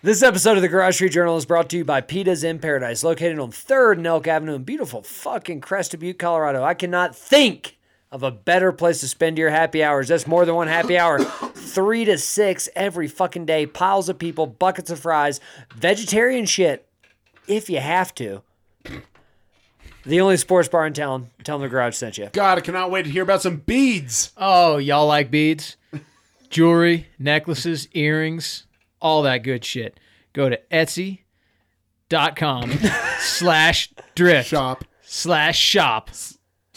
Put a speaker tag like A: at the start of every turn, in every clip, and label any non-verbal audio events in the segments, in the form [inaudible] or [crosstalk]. A: This episode of the Garage Street Journal is brought to you by Pita's in Paradise, located on 3rd and Elk Avenue in beautiful fucking Crested Butte, Colorado. I cannot think of a better place to spend your happy hours. That's more than one happy hour. [coughs] Three to six every fucking day. Piles of people, buckets of fries, vegetarian shit, if you have to. The only sports bar in town. Tell them the garage sent you.
B: God, I cannot wait to hear about some beads.
C: Oh, y'all like beads? Jewelry, necklaces, earrings, all that good shit. Go to Etsy.com slash drift
B: Shop.
C: slash shop.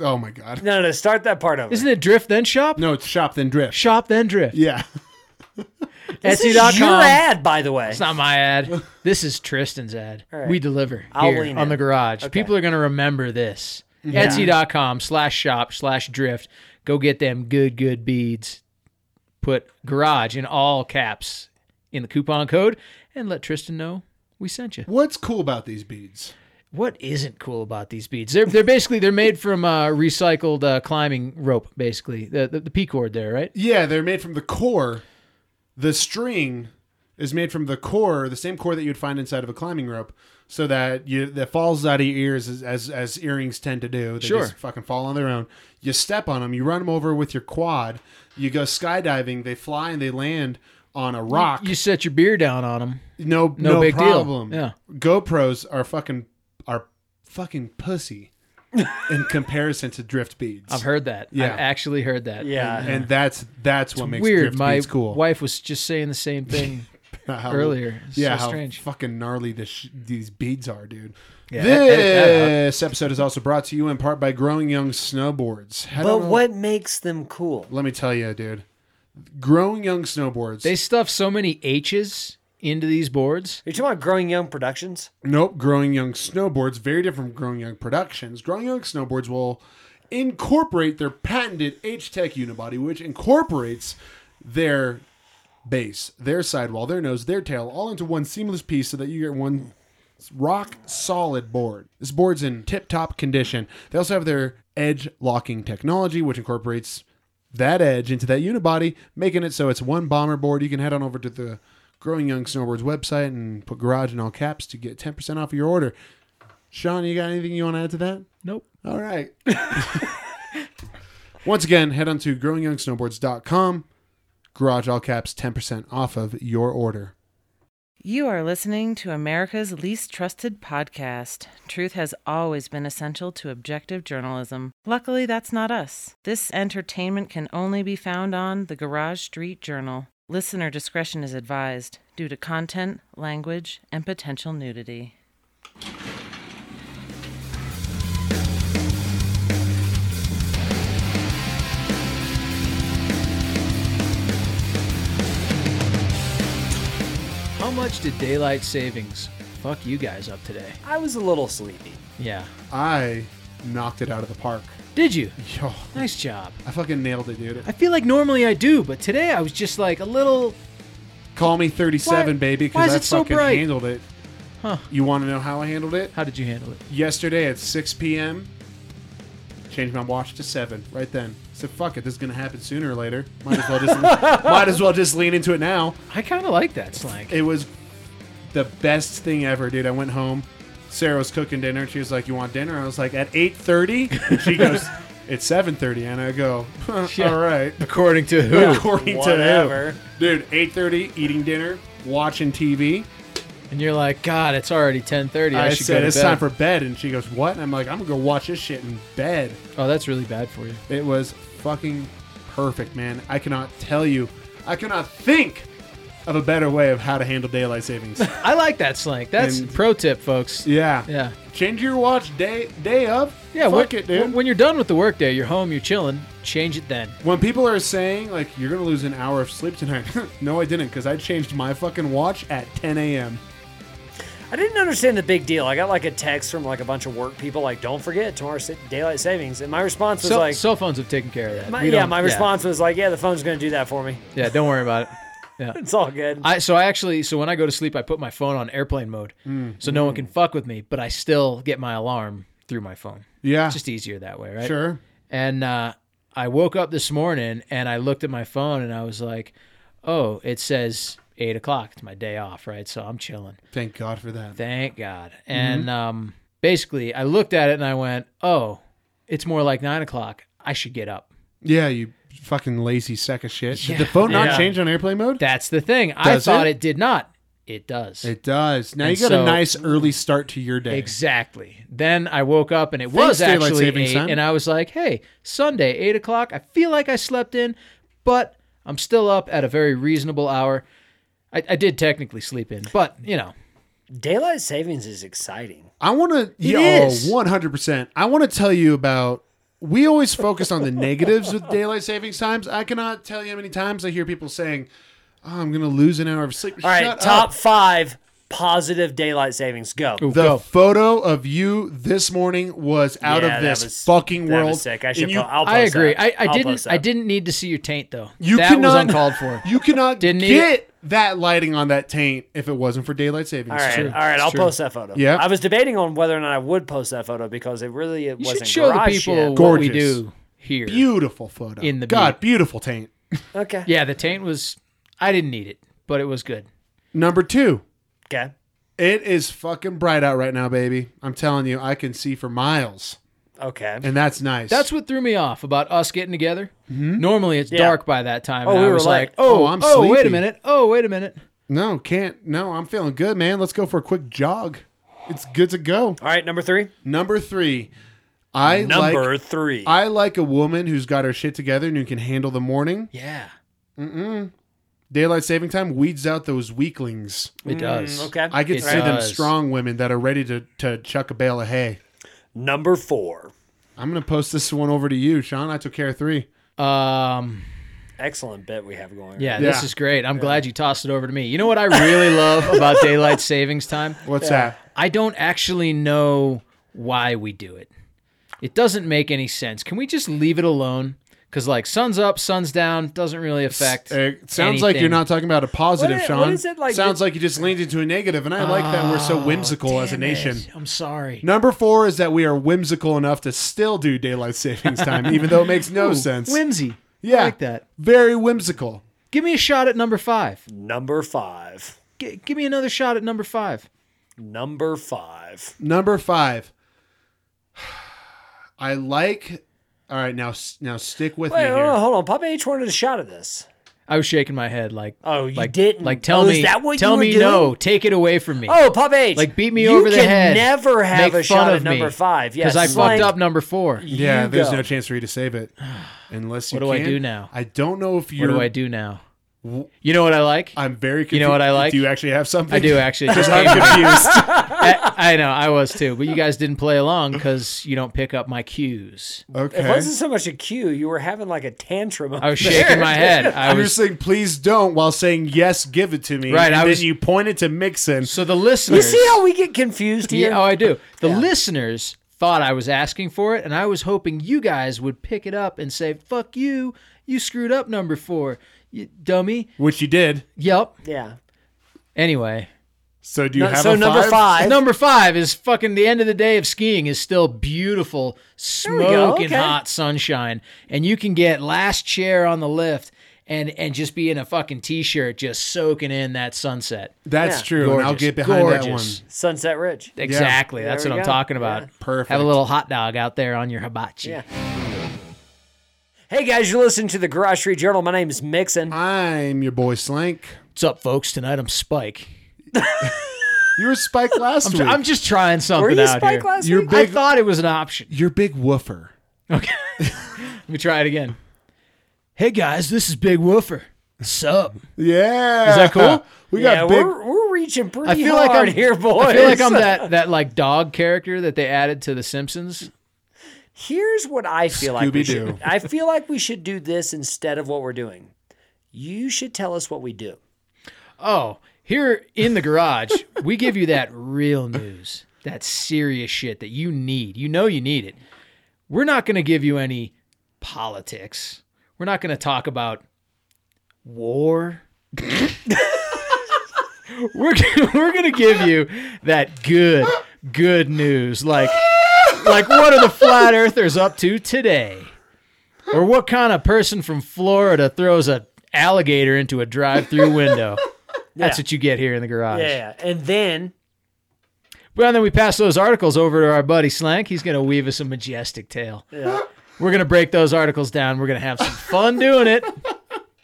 B: Oh my God.
A: No, no, no, start that part over.
C: Isn't it drift then shop?
B: No, it's shop then drift.
C: Shop then drift.
B: Yeah.
A: This is
C: Etsy.com.
A: your ad, by the way.
C: It's not my ad. This is Tristan's ad.
A: All right.
C: We deliver
A: I'll
C: here
A: lean
C: on
A: in.
C: the garage. People are going to remember this. Etsy.com slash shop slash drift. Go get them good, good beads. Put garage in all caps in the coupon code and let Tristan know we sent you.
B: What's cool about these beads?
C: What isn't cool about these beads? They're, they're basically, they're made from uh, recycled uh, climbing rope, basically. The, the, the P cord there, right?
B: Yeah, they're made from the core. The string is made from the core, the same core that you'd find inside of a climbing rope, so that you that falls out of your ears as as, as earrings tend to do. They
C: Sure.
B: just fucking fall on their own. You step on them, you run them over with your quad. You go skydiving. They fly and they land on a rock.
C: You set your beer down on them.
B: no,
C: No
B: no,
C: big deal.
B: problem.
C: Yeah.
B: GoPros are fucking are fucking
C: [laughs]
B: pussy in comparison to drift beads.
C: I've heard that.
B: Yeah.
C: I've actually heard that.
A: yeah.
B: and that's that's what makes
C: weird.
B: drift
C: My
B: beads cool.
C: wife was just saying the same thing
B: [laughs] How-
C: earlier.
B: yeah,
C: so
B: how
C: strange.
B: fucking gnarly this sh- these beads are, dude.
C: edit- edit
B: this episode is also brought to you in part by Growing Young Snowboards. Head
A: But
B: on-
A: what makes them cool?
B: Let me tell you, dude. Growing Young Snowboards.
C: They stuff so many H's into these boards.
A: Are you talking about Growing Young Productions?
B: Nope, Growing Young Snowboards, very different from Growing Young Productions. Growing Young Snowboards will incorporate their patented H Tech unibody, which incorporates their base, their sidewall, their nose, their tail, all into one seamless piece so that you get one rock solid board. This board's in tip top condition. They also have their edge locking technology, which incorporates that edge into that unibody, making it so it's one bomber board. You can head on over to the Growing Young Snowboards website and put garage in all caps to get 10% off of your order. Sean, you got anything you want to add to that?
C: Nope.
B: All right. [laughs] Once again, head on to growingyoungsnowboards.com. Garage all caps 10% off of your order.
D: You are listening to America's least trusted podcast. Truth has always been essential to objective journalism. Luckily, that's not us. This entertainment can only be found on the Garage Street Journal. Listener discretion is advised due to content, language, and potential nudity.
C: How much did daylight savings fuck you guys up today?
A: I was a little sleepy.
C: Yeah.
B: I knocked it out of the park.
C: Did [laughs] you?
B: Yo,
C: Nice job.
B: I fucking nailed it, dude.
C: I feel like normally I do, but today I was just like a little.
B: Call me 37,
C: Why-
B: baby,
C: why is
B: because I
C: it so
B: fucking
C: bright?
B: handled it.
C: Huh.
B: You want to know how I handled it?
C: How did you handle it?
B: Yesterday at 6 p.m., changed my watch to 7 right then. said, fuck it, this is going to happen sooner or later. Might as well
C: [laughs]
B: just, might as well just lean into it now.
C: I kind of like that slang.
B: It was the best thing ever, dude. I went home. Sarah was cooking dinner. She was like, "You want dinner?" I was like, "At 8.30? And she
C: [laughs]
B: goes, "It's 7.30. And I go, [laughs] huh,
C: Yeah.
B: "All
C: [laughs]
B: right."
C: According to who?
B: [laughs] According
A: Whatever.
B: to him, dude, 8.30, eating dinner, watching TV.
C: And you're like, God, it's already 10:30. I,
B: I
C: should go
B: said,
C: to
B: "It's
C: bed."
B: time for bed," and she goes, "What?" And I'm like, "I'm gonna go watch this shit in bed."
C: oh, that's really bad for you.
B: It was fucking perfect, man. I cannot tell you, I cannot think of a better way of how to handle daylight
C: [laughs]
B: savings.
C: I like that slang. That's
B: And-
C: pro tip, folks.
B: yeah,
C: Yeah.
B: Change your watch day day of.
C: Yeah,
B: fuck
C: when,
B: it, dude.
C: when you're done with the workday, you're home, you're chilling, change it then.
B: When people are saying like you're gonna lose an hour of sleep tonight, [laughs] no, I didn't, because I changed my fucking watch at 10 a.m.
A: I didn't understand the big deal. I got like a text from like a bunch of work people, like, don't forget tomorrow's sa- daylight savings. And my response was
C: Cell,
A: like,
C: cell phones have taken care of that.
A: my,
C: We
A: yeah,
C: don't-
A: my response was like, yeah, the phone's going to do that for me. [laughs]
C: Yeah, don't worry about it.
A: It's all good.
C: I so I actually so when I go to sleep, I put my phone on airplane mode,
A: Mm.
C: so no one can fuck with me. But I still get my alarm through my phone.
B: Yeah,
C: It's just easier that way, right?
B: sure.
C: And uh, I woke up this morning and I looked at my phone and I was like, "Oh, it says eight o'clock. It's my day off, right? So I'm chilling.
B: Thank God for that.
C: Thank God.
A: Mm-hmm.
C: And um, basically, I looked at it and I went, "Oh, it's more like nine o'clock. I should get up."
B: yeah, you fucking lazy sack of shit. Did
C: Yeah.
B: the phone not
C: Yeah.
B: change on airplane mode?
C: That's the thing. I
B: Does
C: thought
B: it?
C: it? did not. It does.
B: it does. Now
C: And
B: you got a
C: so-
B: nice early start to your day.
C: Exactly. Then I woke up and it was
B: daylight
C: actually
B: savings
C: eight,
B: time.
C: and I was like, "Hey, Sunday, eight o'clock. I feel like I slept in, but I'm still up at a very reasonable hour. I, I did technically sleep in, but you know,
A: Daylight savings is exciting.
B: I want to. Yeah,
C: is.
B: one hundred percent. I want to tell you about. We always focused on the negatives
A: [laughs]
B: with daylight savings times. I cannot tell you how many times I hear people saying, oh, "I'm going to lose an hour of sleep."
A: All right,
B: Shut
A: top
B: up.
A: five positive daylight savings. Go.
C: Ooh,
B: The
C: go.
B: photo of you this morning was out
A: Yeah,
B: of
A: that
B: this
A: was-
B: fucking
A: that was
B: world.
A: sick. I
B: And
A: should.
B: you,
A: po- I'll
C: I
A: post
C: agree.
A: that.
C: I, I
A: I'll
C: didn't.
A: post
C: I
A: that.
C: didn't need to see your taint though.
B: you
C: that
B: cannot, [laughs]
C: was uncalled for.
B: You cannot
C: Didn't need
B: get that lighting on that taint if it wasn't for daylight savings.
A: All right,
C: true.
A: all right.
C: It's
A: I'll
C: true.
A: post that photo.
B: Yeah.
A: I was debating on whether or not I would post that photo because it really it
C: You
A: wasn't
C: should show the
A: garage
C: people
A: yet.
C: what we
B: Gorgeous.
C: do here.
B: Beautiful photo.
C: In the
B: God, beautiful taint.
A: Okay.
C: yeah, the taint was. I didn't need it, but it was good.
B: Number two.
A: Okay.
B: It is fucking bright out right now, baby. I'm telling you, I can see for miles,
A: Okay.
B: and that's Mm-hmm. nice.
C: That's what threw me off about us getting together. Normally it's dark by that time.
A: Oh,
C: and
A: we
C: I
A: were
C: was
A: late.
C: like, oh,
B: Oh, I'm
C: oh, wait
B: sleepy.
C: a minute. Oh, wait a minute.
B: no can't. No, I'm feeling good, man. Let's go for a quick jog. It's good to go.
A: All right. Number three.
B: Number three, I
A: Number
B: like
A: three.
B: I like a woman who's got her shit together and who can handle the morning.
C: Yeah,
B: Daylight saving time weeds out those weaklings.
C: it does.
A: Mm, okay.
B: I can
C: It
B: see them
C: does.
B: strong women that are ready to to chuck a bale of hay.
A: Number four.
B: I'm gonna post this one over to you, Sean. I took care of three.
C: Um,
A: Excellent bit we have going.
C: yeah,
A: right
C: this
B: Yeah.
C: is great. I'm glad you tossed it over to me. You know what I really love [laughs] about daylight savings time?
B: What's that?
C: I don't actually know why we do it. It doesn't make any sense. Can we just leave it alone? Because like sun's up, sun's down doesn't really affect.
B: eh, It sounds like you're
C: anything.
B: not talking about a positive,
A: What i-
B: Sean.
A: what is it like
B: sounds
A: that-
B: like you just leaned into a negative, and I like that we're so whimsical as a
C: Oh, Damn it.
B: nation.
C: I'm sorry.
B: Number four is that we are whimsical enough to still do daylight savings time, even though it makes no
C: [laughs] Ooh,
B: sense.
C: Whimsy.
B: Yeah.
C: I like that.
B: Very whimsical.
C: Give me a shot at number five.
A: Number five.
C: G- give me another shot at number five.
A: Number five.
B: Number five, [sighs] I like. All right, now s- now stick with
A: Wait,
B: me
A: hold
B: here.
A: on, hold on. Papa H wanted a shot at this.
C: I was shaking my head like,
A: Oh, you
C: like,
A: didn't.
C: Like, tell
A: Oh,
C: me,
A: is that what
C: tell
A: you were
C: me,
A: doing?
C: no, take it away from me.
A: Oh, Pop H.
C: like beat me
A: you
C: over the
A: can
C: head.
A: Never have
C: Make
A: a shot
C: fun
A: at
C: of me,
A: number five. Yes,
C: I
A: like,
C: fucked up number four.
B: Yeah,
A: You
B: there's
A: go.
B: no chance for you to save it unless you.
C: What do I
B: can.
C: do now?
B: I don't know if
C: What
B: you're.
C: do I do now? You know what I like? I,
B: am very. Confused.
C: You know what I like?
B: Do you actually have something? [laughs]
C: do actually. It Just
B: I'm
C: came to me.
B: confused.
C: [laughs] I, I know I was too, but you guys didn't play along because you don't pick up my cues.
B: okay.
A: It wasn't so much a cue. You were having like a tantrum.
C: I was shaking
A: [laughs]
C: my head. I
B: I'm just
C: was
B: saying, please don't, while saying yes, give it to me.
C: Right,
B: and
C: I
B: then
C: was-
B: you pointed to Mixon.
C: so the
A: You
C: listeners.
A: see how we get confused here?
C: yeah, oh, I do. The listeners thought I was asking for it, and I was hoping you guys would pick it up and say, "Fuck you, you screwed up number four, you dummy."
B: which you did.
C: Yep.
A: yeah.
C: Anyway,
B: So do you
A: No,
B: have
A: so
B: a
A: number five.
C: number five is fucking the end of the day of skiing is still beautiful
A: we
C: smoke
A: go,
C: and
A: okay.
C: hot sunshine and you can get last chair on the lift and and just be in a fucking t-shirt just soaking in that sunset
B: That's
A: Yeah.
B: true, and I'll
C: Gorgeous,
B: get behind
C: gorgeous.
B: that one.
A: Sunset Ridge.
C: exactly that's
A: There
C: what
A: we
C: i'm
A: go.
C: talking about
A: Yeah.
B: Perfect.
C: have a little hot dog out there on your hibachi
A: Yeah. Hey guys, you're listening to the Garage Street Journal. My name is Mixon.
B: I'm your boy Slank.
C: what's up folks tonight i'm spike
B: You
A: [laughs]
B: were Spike last
C: i'm,
B: week.
C: tr- I'm just trying something
A: Were you
C: out
A: Spike
C: here
A: last
B: You're
A: week?
B: big-
C: i thought it was an option
B: You're big woofer.
C: okay [laughs] let me try it again hey guys this is big woofer sup
B: Yeah.
C: Is
A: [laughs]
C: that cool?
B: We
A: yeah,
B: got big.
A: we're, we're reaching pretty
C: I feel
A: hard
C: like I'm
A: here, boys.
C: I feel like I'm that that like dog character that they added to The Simpsons.
A: Here's what I feel like we
B: Scooby-Doo.
A: should. I feel like we should do this instead of what we're doing. You should tell us what we do.
C: Oh, here in the garage, we give you that real news, that serious shit that you need. You know you need it. We're not going to give you any politics. We're not going to talk about war. [laughs] we're g- we're going to give you that good good news like like what are the flat earthers up to today? Or what kind of person from Florida throws a alligator into a drive-through window?
A: [laughs]
C: That's
A: Yeah.
C: what you get here in the garage.
A: Yeah, and then
C: Well, then we pass those articles over to our buddy Slank. He's going to weave us a majestic tale.
A: yeah.
C: We're going to break those articles down. We're going to have some fun doing it.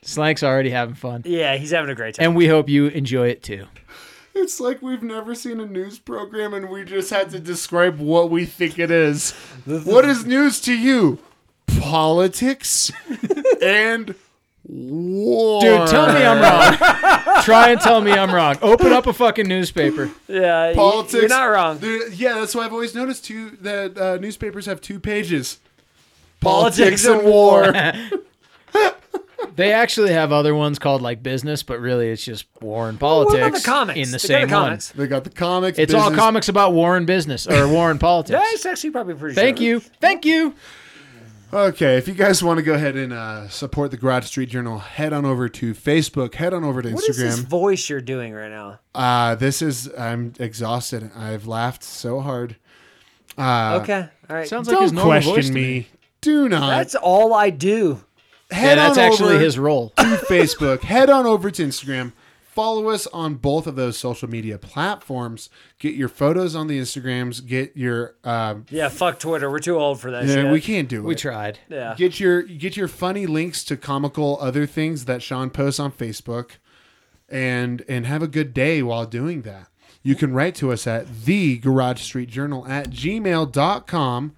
C: Slank's already having fun.
A: yeah, he's having a great time.
C: And we hope you enjoy it too.
B: It's like we've never seen a news program and we just had to describe what we think it is. What is news to you?
A: [laughs]
B: Politics and war.
C: Dude, tell me I'm wrong. Try and tell me I'm wrong. Open up a fucking newspaper.
A: yeah, you-
B: Politics.
A: You're not wrong.
B: Dude, yeah, that's why I've always noticed too that uh, newspapers have two pages.
A: Politics and
B: [laughs]
C: They actually have other ones called like business, but really it's just war and politics
A: What about the comics? They
C: in the
A: got
C: same one.
A: comics.
B: They got the comics.
C: It's all
B: business.
C: comics about war and business or war
A: [laughs]
C: and politics.
A: That's actually probably pretty.
C: Thank
A: sure.
C: you. Thank you.
B: Okay, if you guys want to go ahead and uh, support the Garage Street Journal, head on over to Facebook. Head on over to Instagram.
A: What is this voice you're doing right now?
B: Uh, this is I'm exhausted. I've laughed so hard. Uh,
A: okay, all right.
C: Sounds like his
B: Don't
C: normal voice
B: question
C: to
B: me. Do not.
A: That's all I do.
C: Yeah,
B: head
C: that's
B: on
C: actually
B: over
C: his role.
B: to Facebook. head on over to Instagram. Follow us on both of those social media platforms. Get your photos on the Instagrams. Get your. Uh,
A: Yeah, fuck Twitter. We're too old for that shit.
B: yeah, we can't do it.
C: We tried.
A: Yeah.
B: Get your get your funny links to comical other things that Sean posts on Facebook, and and have a good day while doing that. You can write to us at the Garage Street Journal at gmail.com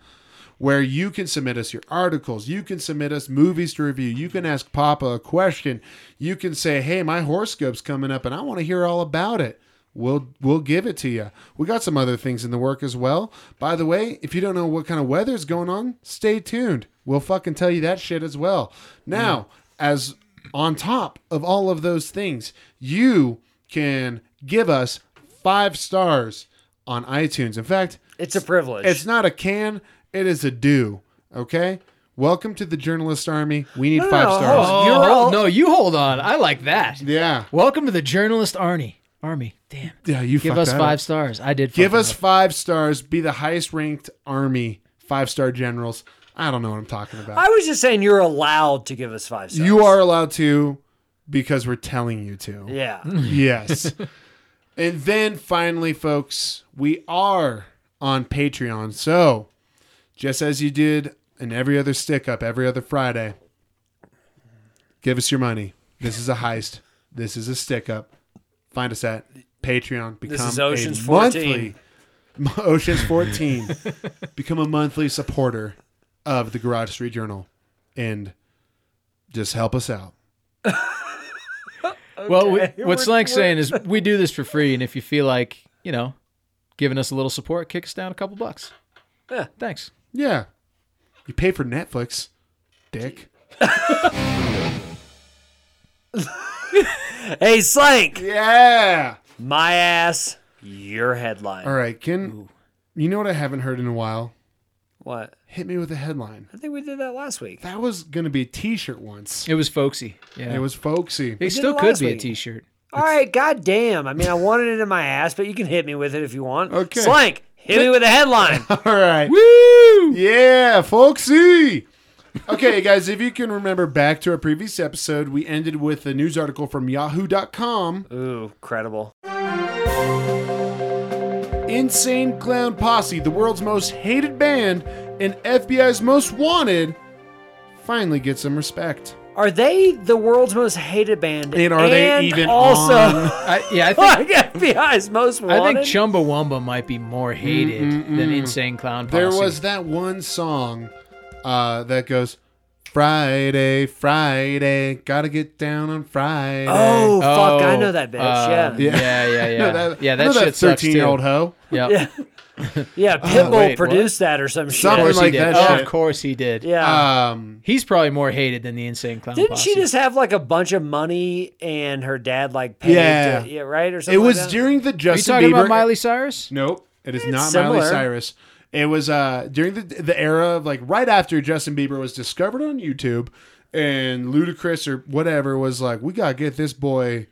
B: where you can submit us your articles, you can submit us movies to review, you can ask Papa a question, you can say, Hey, my horoscope's coming up and I want to hear all about it. We'll we'll give it to you. We got some other things in the work as well. By the way, if you don't know what kind of weather's going on, stay tuned. We'll fucking tell you that shit as well. Now, as on top of all of those things, you can give us five stars on iTunes. In fact,
A: It's a privilege.
B: it's not a can, it is a do. Okay? Welcome to the journalist army. We need five
A: no,
B: stars.
A: hold on. You're all-
C: no, you hold on. I like that.
B: Yeah.
C: Welcome to the journalist Arnie. Army. Damn.
B: Yeah, you
C: Give
B: fucked
C: us
B: that
C: five
B: up.
C: stars. I did.
B: Give
C: fuck
B: us
C: it up.
B: five stars. Be the highest ranked army, five star generals. I don't know what I'm talking about.
A: I was just saying you're allowed to give us five stars.
B: you are allowed to because we're telling you to.
A: Yeah.
B: Yes. [laughs] and then finally, folks, we are on Patreon. So just as you did in every other stick up every other Friday, give us your money. This is a heist. This is a stick up. Find us at Patreon. Become
A: is Ocean's
B: a [laughs]
A: 14.
B: monthly Ocean's
A: [laughs]
B: 14. become a monthly supporter of the Garage Street Journal and just help us out.
C: Well, we, what
A: We're-
C: Slank's
A: we're-
C: saying is we do this for free, and if you feel like you know, giving us a little support, kick us down a couple bucks.
A: Yeah.
C: Thanks.
B: Yeah. You pay for Netflix, dick.
A: Hey, Slank.
B: Yeah.
A: My ass. Your headline.
B: All right, can you know what I haven't heard in a while?
A: What?
B: Hit me with a headline.
A: I think we did that last week.
B: That was gonna be a T-shirt once.
C: It was folksy. Yeah.
B: It was folksy.
C: It
A: did
C: still
A: it
C: could
A: last
C: be a
A: week.
C: T-shirt.
A: All right, goddamn. I mean, I wanted it in my ass, but you can hit me with it if you want.
B: Okay.
A: Slank, hit me with a
B: [laughs]
A: headline.
B: [laughs] All right.
C: Woo!
B: Yeah, folksy. Okay, [laughs] guys, if you can remember back to our previous episode, we ended with a news article from Yahoo.com.
A: Ooh, credible.
B: Insane Clown Posse, the world's most hated band and FBI's most wanted, finally get some respect.
A: Are they the world's most hated band?
B: And are they
A: And
B: even
A: also
B: on?
C: I, yeah, I think.
A: [laughs] like FBI's most wanted?
C: I think Chumbawamba might be more hated than Insane Clown Posse.
B: There was that one song uh, that goes Friday, Friday, gotta get down on Friday.
A: Oh, fuck! I
C: Oh,
A: know that bitch.
C: uh,
A: yeah,
C: yeah, yeah, yeah, yeah.
B: No,
C: that,
B: I know
C: shit sucks too.
B: year old hoe.
C: Yep.
A: yeah, yeah.
B: Oh,
A: Pitbull
C: wait, what?
A: produced that or some shit.
C: Of
B: Something
C: course he
B: like
C: did.
B: that
C: Oh,
B: shit.
C: of course he did.
A: yeah.
B: Um,
C: He's probably more hated than the Insane Clown
A: Didn't
C: Posse.
A: she just have like a bunch of money and her dad like paid?
B: Yeah.
A: to, yeah, right or
B: it
A: something.
B: was
A: like that?
B: during the
C: Are you
B: Justin
C: talking
B: Bieber.
C: about Miley Cyrus?
B: Nope, it is not
A: similar.
B: Miley Cyrus. It was uh, during the the era of like right after Justin Bieber was discovered on YouTube, and Ludacris or whatever was like, we gotta get this boy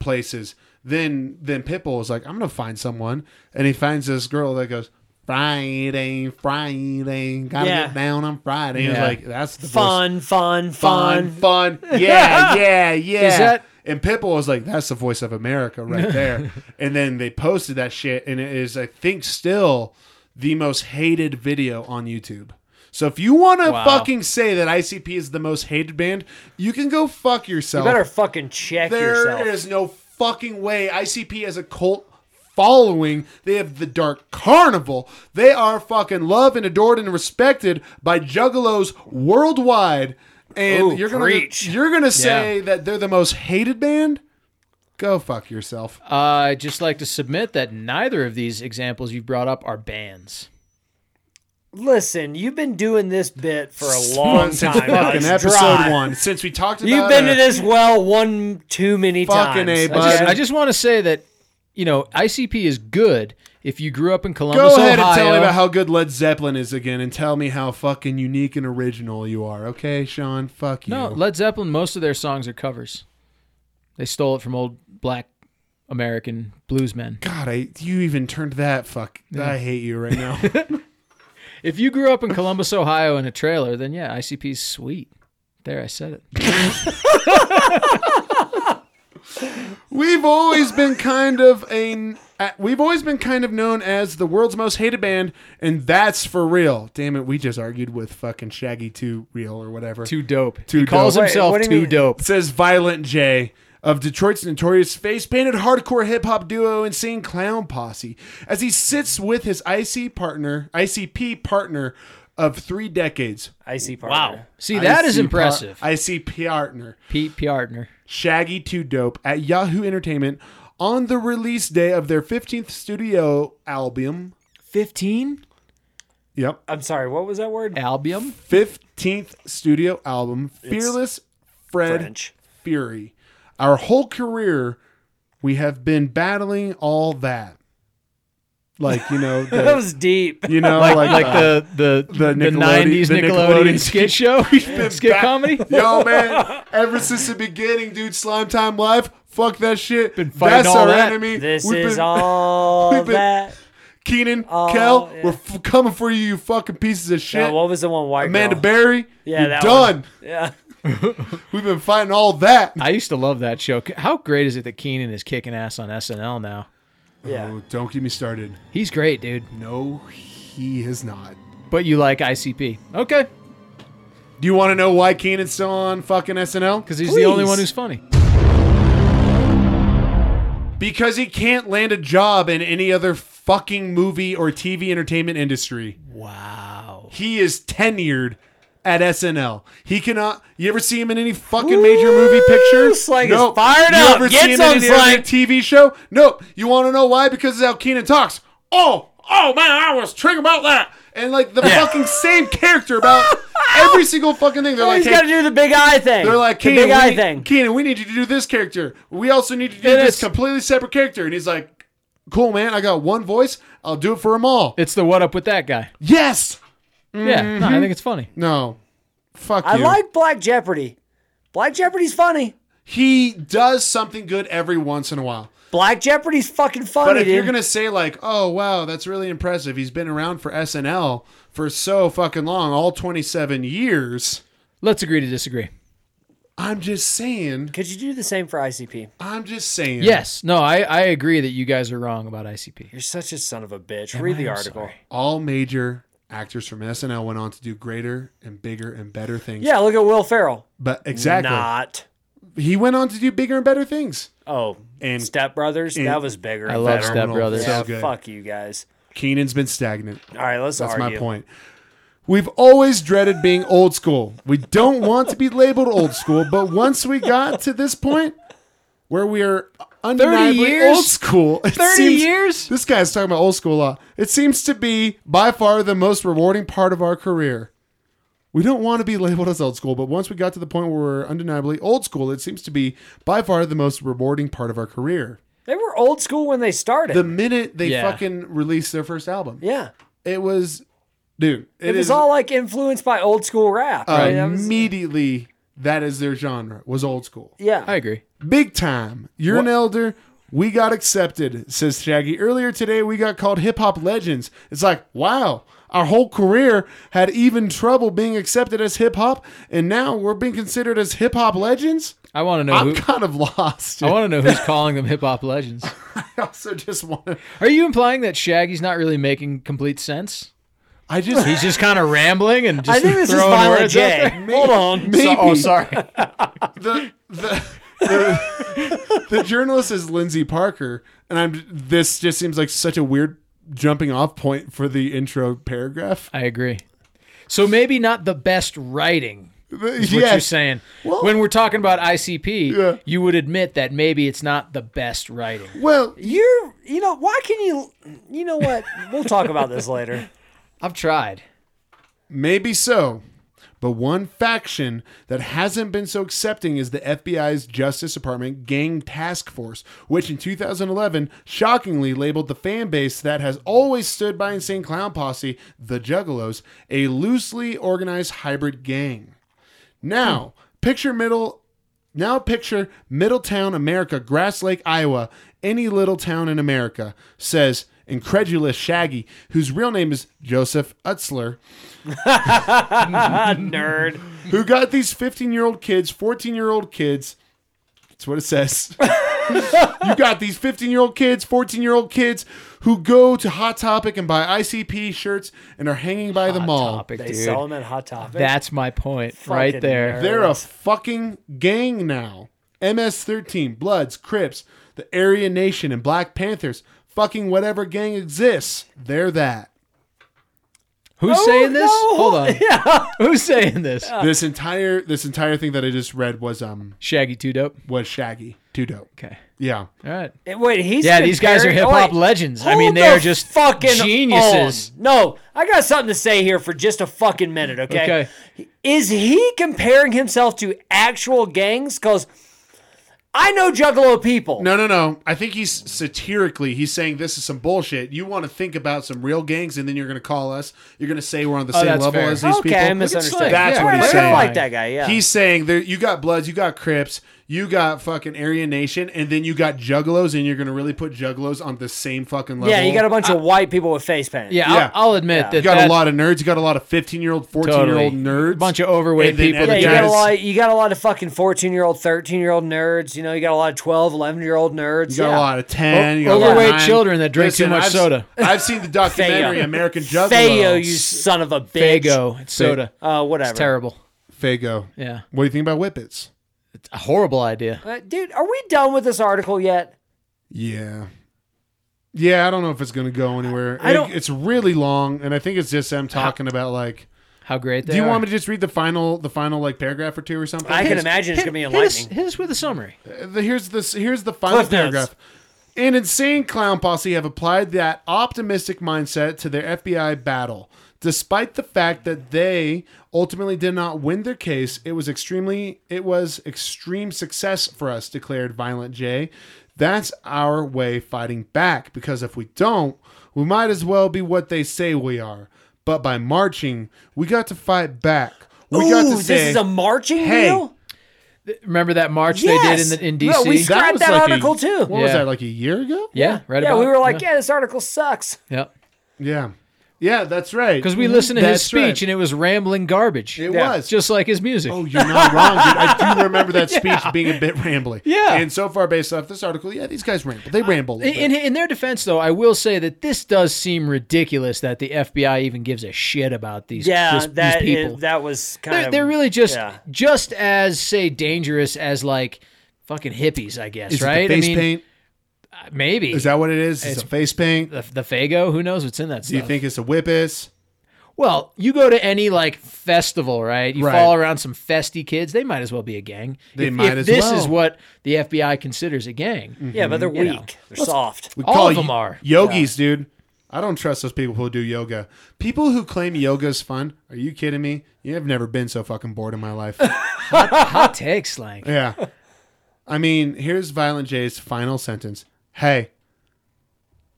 B: places. Then then Pitbull was like, I'm gonna find someone, and he finds this girl that goes. Friday, Friday, gotta
A: Yeah.
B: get down on Friday. He was
C: Yeah.
B: like, that's the voice.
A: fun, fun, fun.
B: fun, fun. Yeah, yeah, yeah.
C: Is that
B: And Pitbull was like, "That's the voice of America right there." and then they posted that shit, and it is, I think, still the most hated video on YouTube. So if you want to
C: Wow.
B: fucking say that ICP is the most hated band, you can go fuck yourself.
A: You better fucking check
B: There is
A: yourself.
B: no fucking way. ICP has a cult following. They have the Dark Carnival. They are fucking loved and adored and respected by juggalos worldwide. And
A: Ooh,
B: you're gonna
A: preach.
B: you're gonna say that they're the most hated band? Go fuck yourself.
C: I Uh, just like to submit that neither of these examples you brought up are bands.
A: Listen, you've been doing this bit for a long
B: since
A: time. now.
B: fucking
A: It's
B: episode
A: dry.
B: one. Since we talked about
A: You've been
B: it,
A: to this well one too many
B: Fucking
A: times.
B: A,
A: I
B: bud.
A: just-
C: I just, want to say that you know ICP is good if you grew up in
B: Go
C: Columbus,
B: ahead
C: Ohio.
B: and tell me about how good Led Zeppelin is again, and tell me how fucking unique and original you are. Okay, Sean, fuck you.
C: no, Led Zeppelin. Most of their songs are covers. They stole it from old black American bluesmen.
B: God, I you even turned that fuck. I hate you right
C: [laughs]
B: now.
C: If you grew up in Columbus, Ohio, in a trailer, then yeah, ICP's sweet. There, I said it.
B: we've always been kind of a uh, we've always been kind of known as the world's most hated band, and that's for real. Damn it, we just argued with fucking Shaggy Two Real or whatever.
C: Too dope.
B: Too
C: he calls
A: dope. Wait,
C: himself
A: what do you
C: too
A: mean?
C: dope.
B: It says Violent J of Detroit's notorious face painted hardcore hip hop duo Insane Clown Posse as he sits with his IC partner, ICP partner of three decades.
A: icy partner.
C: Wow. See, that is
B: IC par-
C: impressive.
B: ICP partner.
C: Pete Piardner.
B: Shaggy 2 Dope at Yahoo Entertainment on the release day of their 15th studio album.
C: 15?
B: Yep.
A: I'm sorry. What was that word?
C: Albium?
B: 15th studio album, Fearless Fred
A: French. [laughs]
B: Fury. Our whole career, we have been battling all that. Like, you know,
A: [laughs] That
B: the,
A: was deep.
B: you know, like,
C: Like
B: uh,
C: the the the,
B: Nickelodeon-
C: 90s
B: the
C: Nickelodeon,
B: Nickelodeon
C: skit show? [laughs] skit
B: back-
C: comedy?
B: Yo, man, ever since the beginning, dude, Slime Time Live, fuck that shit.
C: Been fighting
B: That's
C: all
B: our
C: that.
B: enemy.
A: This
B: We've
A: is
B: been-
A: all
B: we've been-
A: that.
B: Keenan,
A: Oh,
B: Kel,
A: yeah.
B: we're f- coming for you, you fucking pieces of shit.
A: No, what was the one white
B: Amanda
A: girl?
B: Berry,
A: Yeah,
B: you're
A: that
B: done.
A: one. Yeah.
B: We've been fighting all that.
C: I used to love that show. How great is it that Keenan is kicking ass on SNL now?
A: Yeah.
B: don't get me started.
C: He's great, dude.
B: No, he is not.
C: But you like ICP. Okay.
B: Do you want to know why Keenan's still on fucking SNL?
C: Because he's the only
A: Please.
C: one who's funny.
B: Because he can't land a job in any other fucking movie or TV entertainment industry.
C: Wow.
B: He is tenured at SNL. He cannot. You ever see him in any fucking major movie picture?
A: Slank is
B: Nope.
A: fired
B: you
A: up.
B: Ever
A: Get
B: see him
A: some,
B: in any other
A: Slank.
B: TV show? Nope. You want to know why? Because it's how Keenan talks. Oh, oh man, I was tricked about that. And like the fucking same
A: [laughs]
B: character about every single fucking thing. They're like,
A: He's
B: hey,
A: got to do the big eye thing.
B: they're like,
A: the
B: Keenan,
A: big
B: we
A: eye
B: need-
A: thing.
B: Keenan, we need you to do this character. We also need you to do
C: And
B: this
C: it's-
B: completely separate character. And he's like, cool, man. I got one voice. I'll do it for them all.
C: It's the what up with that guy.
B: yes.
C: Yeah. No, I think it's funny.
B: No. Fuck
A: I
B: you.
A: like Black Jeopardy. Black Jeopardy's funny.
B: he does something good every once in a while.
A: Black Jeopardy's fucking funny,
B: But if
A: dude.
B: you're gonna say like, "Oh wow, that's really impressive. He's been around for SNL for so fucking long, all 27 years."
C: Let's agree to disagree.
B: I'm just saying.
A: Could you do the same for ICP?
B: I'm just saying.
C: Yes. No, I, I agree that you guys are wrong about ICP.
A: You're such a son of a bitch. Read the
C: I'm
A: article.
C: sorry.
B: All major actors from SNL went on to do greater and bigger and better things.
A: Yeah, look at Will Ferrell.
B: But exactly,
A: Not.
B: he went on to do bigger and better things.
A: Oh,
B: And-
A: and Step Brothers.
B: and-
A: that was bigger.
C: I
A: and
C: love
A: better.
C: Step Brothers.
B: So
A: Yeah,
B: good.
A: fuck you guys.
B: Keenan's been stagnant.
A: All right, let's
B: That's
A: argue.
B: my point. We've always dreaded being old school. We don't want to be labeled old school, but once we got to this point where we are undeniably
C: years?
B: old school, it
C: 30 years?
B: This guy's talking about old school a lot. It seems to be by far the most rewarding part of our career. We don't want to be labeled as old school, but once we got to the point where we're undeniably old school, it seems to be by far the most rewarding part of our career.
A: They were old school when they started.
B: The minute they
C: Yeah.
B: fucking released their first album,
A: yeah.
B: it was, dude,
A: It, was
B: is- Um,
A: all like influenced by old school rap. right? That was-
B: immediately that is their genre was old school
A: yeah.
C: I agree.
B: big time you're an elder we got accepted says shaggy earlier today we got called hip-hop legends it's like wow our whole career had even trouble being accepted as hip-hop and now we're being considered as hip-hop legends
C: I want to know
B: I'm
C: Uh, who.
B: kind of lost.
C: I want to know who's calling them hip hop legends.
B: [laughs] I also just want to.
C: Are you implying that Shaggy's not really making complete sense?
B: I just
C: He's just kind of rambling and just
A: I think this is
C: throwing
A: Violent
C: words out
A: J. [laughs]
C: there?
A: Hold on.
B: maybe
C: oh, sorry.
B: the the. the the journalist is Lindsay Parker, and I'm. This just seems like such a weird jumping off point for the intro paragraph.
C: [laughs] I agree. So maybe not the best writing. Is what you're
B: Yes.
C: saying.
B: Well-
C: when we're talking about ICP,
B: Yeah.
C: you would admit that maybe it's not the best writing.
B: Well,
A: You're, you know, why can you, you know what? We'll talk about this later.
C: I've tried.
B: Maybe so. But one faction that hasn't been so accepting is the FBI's Justice Department Gang Task Force, which in 2011 shockingly labeled the fan base that has always stood by Insane Clown Posse, the Juggalos, a loosely organized hybrid gang. Now, picture middle. Now picture Middletown, America, Grass Lake, Iowa, any little town in America, says incredulous Shaggy, whose real name is Joseph Utzler,
A: Nerd.
B: who got these 15 year old kids, 14 year old kids. That's what it says. [laughs] you got these 15 year old kids, 14 year old kids who go to Hot Topic and buy ICP shirts and are hanging by the mall.
C: Topic,
A: Oh, They
C: dude.
A: sell them at Hot Topic.
C: That's my point right
A: Fucking
C: there.
B: They're a fucking gang now. MS 13, Bloods, Crips, the Aryan Nation, and Black Panthers. Fucking whatever gang exists. They're that.
C: Who's saying this?
A: Oh, no.
C: Hold
A: [laughs]
C: on. Who's saying this?
B: This entire this entire thing that I just read was um
C: Shaggy Too Dope.
B: was Shaggy. Too dope.
C: Okay.
B: Yeah.
C: All right.
A: Eh, Wait, he's
C: Yeah,
A: been
C: these guys are
A: parody- oh,
C: hip-hop
A: wait.
C: legends. I
A: Hold
C: mean, they are
A: the
C: just
A: fucking
C: geniuses.
A: on. No, I got something to say here for just a fucking minute, okay? Is he comparing himself to actual gangs? Because I know Juggalo people.
B: No, no, no. I think he's satirically. He's saying this is some bullshit. You want to think about some real gangs, and then you're going to call us. You're going to say we're on the
C: Oh,
B: same
C: that's
B: level
C: fair.
B: as these
A: okay,
B: people.
A: I
C: Slick.
A: misunderstood.
B: That's
C: Yeah,
B: what
A: I
B: he's
A: kinda
B: saying.
A: like that guy. Yeah,
B: He's saying there you got Bloods, you got Crips, you got fucking Aryan Nation, and then you got Juggalos, and you're going to really put Juggalos on the same fucking level.
A: yeah. You got a bunch of white people with face paint.
C: Yeah,
B: Yeah.
C: I'll, I'll admit that
B: You got
C: that-
B: a lot of nerds. You got a lot of 15 year old, 14 year old
C: Totally.
B: nerds.
C: Bunch of overweight
B: And then
C: people
A: Yeah,
C: that
A: you got a
B: guys-
A: lot. You got a lot of fucking fourteen-year-old, thirteen-year-old nerds. You know, you got a lot of 12, 11-year-old nerds.
B: You got
A: yeah.
B: a lot of 10.
C: O-
B: you got a lot of
C: overweight
B: nine.
C: children that drink too
B: Listen,
C: much
B: I've-
C: soda.
B: I've
A: [laughs]
B: seen the documentary
A: Feo.
B: American Juggalo.
A: Fago, you son of a bitch.
C: Fago. It's soda.
A: Uh, whatever.
C: It's terrible.
B: Fago.
C: Yeah.
B: What do you think about Whippets?
C: It's a horrible idea.
A: Uh, dude, are we done with this article yet?
B: Yeah. Yeah, I don't know if it's going to go anywhere.
A: I don't-
B: it's really long, and I think it's just them talking about like.
C: How great they
B: Do you want me to just read the final, the final like paragraph or two or something?
A: I can imagine it's gonna be enlightening.
C: Hit us with a summary.
B: the, here's this here's the final
A: Cliff notes.
B: paragraph. An insane clown posse have applied that optimistic mindset to their FBI battle. Despite the fact that they ultimately did not win their case, it was extremely it was extreme success for us, declared Violent J. That's our way fighting back, because if we don't, we might as well be what they say we are. But by marching, we got to fight back. We
A: Ooh,
B: got to
A: this
B: say
A: is a marching
B: hey,
A: deal.
C: Remember that march they did in, the, in DC?
A: No, we
B: That
A: scrapped
B: was
A: that,
B: like a-
A: article too.
B: what was
C: Yeah.
B: that, like a year ago?
C: yeah, right
A: yeah,
C: about
A: we were like, yeah. this article sucks.
C: yeah.
B: Yeah. Yeah, that's right.
C: Because we listened to his
B: That's
C: speech
B: right.
C: and it was rambling garbage.
B: It
A: Yeah.
B: was.
C: Just like his music.
B: oh, you're not wrong, dude. I
C: [laughs]
B: do remember that speech being a bit rambly.
C: Yeah.
B: And so far, based off this article, yeah, these guys ramble. They ramble. a
C: In,
B: little bit.
C: in, in their defense, though, I will say that this does seem ridiculous that the FBI even gives a shit about these,
A: Yeah,
C: this-
A: that
C: these
A: that is-
C: people.
A: that was kind
C: they're,
A: of
C: they're really just
A: yeah.
C: just as say dangerous as like fucking hippies, I guess.
B: Is it the
C: right?
B: face
C: I mean,
B: paint?
C: maybe
B: Is that what it is? Is it
C: It's-
B: face paint?
C: the, the Fago? Who knows what's in that stuff?
B: Do you think it's a whippus?
C: Well, you go to any like festival, right? You
B: Right.
C: fall around some festy kids. They might as well be a gang.
B: They
C: if,
B: might
C: if
B: as
C: this
B: well.
C: is what the FBI considers a gang.
A: yeah, but they're
C: you
A: weak.
C: know.
A: They're soft.
B: We
C: All of them
B: yo-
C: are.
B: Yogis, dude. I don't trust those people who do yoga. People who claim yoga is fun. Are you kidding me? You have never been so fucking bored in my
C: [laughs]
B: life.
C: Hot take slang.
B: yeah. I mean, here's Violent J's final sentence. Hey,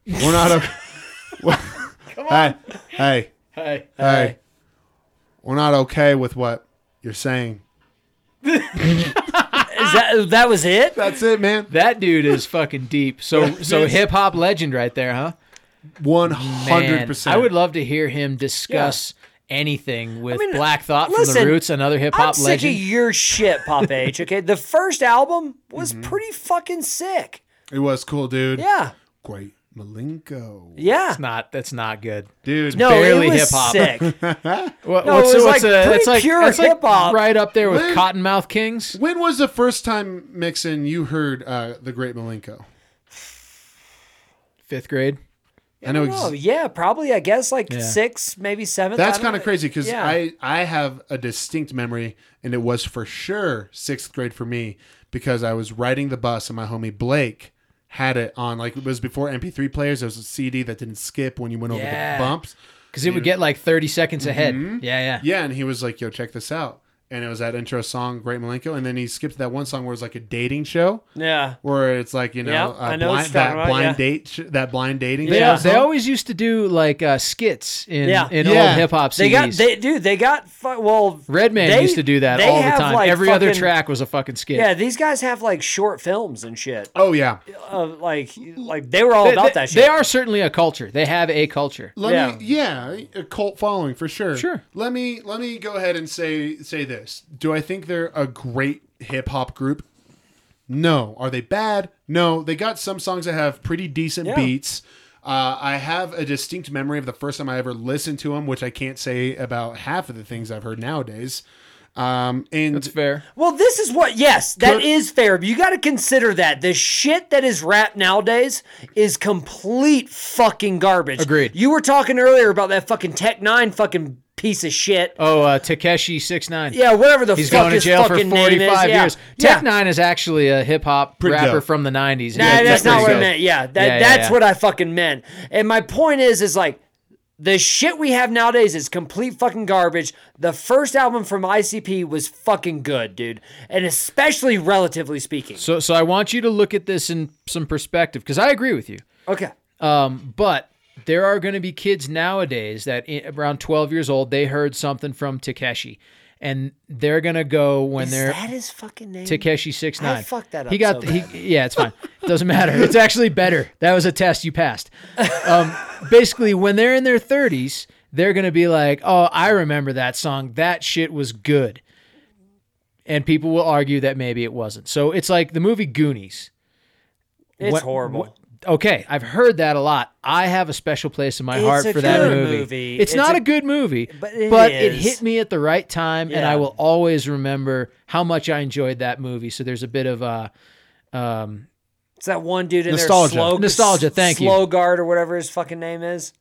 B: we're not okay. [laughs] Come on. Hey, hey.
C: Hey.
B: hey, we're not okay with what you're saying.
A: Is that that was it?
B: That's it, man.
C: That dude is fucking deep. So so hip hop legend right there, huh?
B: One
C: Man,
B: hundred percent.
C: I would love to hear him discuss anything with
A: mean,
C: Black Thought from
A: listen,
C: the Roots, another hip hop
A: I'm
C: legend.
A: sick of your shit,
C: [laughs]
A: Pop H. Okay, the first album was pretty fucking sick.
B: It was cool, dude.
A: Yeah,
B: Great. Malenko.
A: yeah.
C: It's not that's not good.
B: Dude.
A: No,
C: barely
A: it was
C: hip-hop.
A: sick.
C: [laughs] What,
A: No, it was like pretty
C: it's like,
A: pure
C: it's like
A: hip-hop.
C: right up there with
B: When-
C: Cottonmouth Kings.
B: When was the first time, Mixon, you heard uh, The Great Malenko?
C: Fifth grade.
B: I know
A: Oh
B: ex-
A: yeah, probably. I guess like
C: Yeah.
A: six, maybe seventh.
B: That's
A: I don't
B: kind of
A: know.
B: crazy because
A: Yeah.
B: I, I have a distinct memory, and it was for sure sixth grade for me because I was riding the bus, and my homie Blake had it on. Like, it was before MP3 players. There was a CD that didn't skip when you went over
C: Yeah.
B: the bumps.
C: Because it would get like 30 seconds ahead.
B: Mm-hmm.
C: Yeah, yeah.
B: Yeah, and he was like, "Yo, check this out." And it was that intro song, Great Malenko, and then he skipped that one song where it's like a dating show,
A: yeah.
B: where it's like you know,
A: Yeah,
B: uh,
A: I know what
B: blind,
A: you're
B: that
A: talking about,
B: blind
A: yeah.
B: date, sh- that blind dating.
C: They,
A: Yeah.
B: show
C: they
B: song.
C: always used to do like uh, skits in,
A: Yeah.
C: in
B: Yeah.
C: old hip hop CDs.
A: They got they dude. They got fu- well.
C: Redman
A: they-
C: used to do that
A: they
C: all the
A: have,
C: time.
A: like,
C: Every other
A: fucking-
C: track was a fucking skit.
A: Yeah, these guys have like short films and shit.
B: Oh yeah,
A: Uh, like like they were all
C: They,
A: about
C: they-
A: that shit.
C: they are certainly a culture. They have a culture.
B: let
A: Yeah.
B: me yeah, a cult following for sure.
C: Sure.
B: Let me let me go ahead and say say this. Do I think they're a great hip hop group? No. Are they bad? No. They got some songs that have pretty decent
A: Yeah.
B: beats. Uh, I have a distinct memory of the first time I ever listened to them, which I can't say about half of the things I've heard nowadays. Um, and
C: That's fair.
A: Well, this is what. Yes, that
B: Could-
A: is fair. But you got to consider that the shit that is rap nowadays is complete fucking garbage.
C: Agreed.
A: You were talking earlier about that fucking Tech Nine fucking piece of shit.
C: Oh, uh, Takeshi six nine.
A: Yeah, whatever the
C: He's
A: fuck
C: going to
A: his
C: jail for
A: fucking name is.
C: 45
A: Yeah.
C: years.
A: Yeah.
C: Tech Nine is actually a hip hop
B: Pretty
C: rapper
B: dope.
C: from the 90s.
A: Nah,
C: Yeah,
A: that's
C: pretty
A: not what I
C: dope.
A: meant. Yeah, that,
C: Yeah, yeah,
A: that's
C: yeah.
A: what I fucking meant. And my point is, is like the shit we have nowadays is complete fucking garbage. The first album from ICP was fucking good, dude, and especially relatively speaking.
C: So, so I want you to look at this in some perspective because I agree with you.
A: Okay,
C: Um, but there are going to be kids nowadays that i around 12 years old, they heard something from Takeshi, and they're going to go when
A: is
C: they're
A: that his fucking name?
C: Takeshi six nine.
A: I fucked that up
C: He got
A: so
C: he, yeah, it's
A: [laughs]
C: fine. Doesn't matter. It's actually better. That was a test you passed. Um, basically, when they're in their thirties, they're gonna be like, "Oh, I remember that song. That shit was good." And people will argue that maybe it wasn't. So it's like the movie Goonies.
A: It's
C: What-
A: horrible.
C: what- okay, I've heard that a lot. I have a special place in my
A: It's
C: heart
A: a
C: for that
A: good
C: movie.
A: movie.
C: It's,
A: It's
C: not
A: a-
C: a, good movie,
A: but it
C: it
A: is.
C: hit me at the right time, and I
A: Yeah.
C: will always remember how much I enjoyed that movie. So there's a bit of uh, um,
A: It's that one dude in
B: Nostalgia.
A: there, slow,
C: Nostalgia, thank you.
A: slow guard or whatever his fucking name is.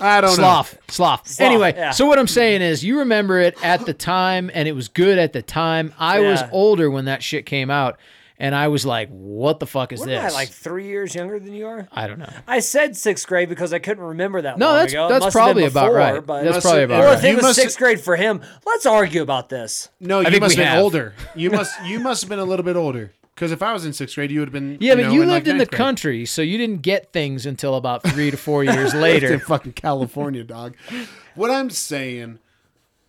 B: I don't
C: sloth, sloth. Anyway,
A: yeah.
C: so what I'm saying is, you remember it at the time, and it was good at the time. I was
A: Yeah.
C: older when that shit came out, and I was like, "What the fuck is
A: What am I
C: this?"
A: like three years younger than you are?
C: I don't know.
A: I said sixth grade because I couldn't remember that.
C: No,
A: long
C: that's
A: ago. It
C: that's
A: must have
C: probably
A: been
C: about
A: before,
C: right.
A: But
C: That's
B: Must
C: probably
B: have-
C: about
B: Or
A: Well,
C: right.
A: if it
B: You
A: was
B: must-
A: sixth grade for him, let's argue about this.
B: know. No, you
C: think
B: must
C: we
B: have been
C: have.
B: older. You must you must have been a little bit older. Because if I was in sixth grade, you would have been.
C: Yeah, but
B: know,
C: you
B: in,
C: lived
B: like,
C: in the
B: ninth grade.
C: country, so you didn't get things
B: [laughs]
C: until about three to four years
B: It's in
C: later.
B: fucking California, dog. What I'm saying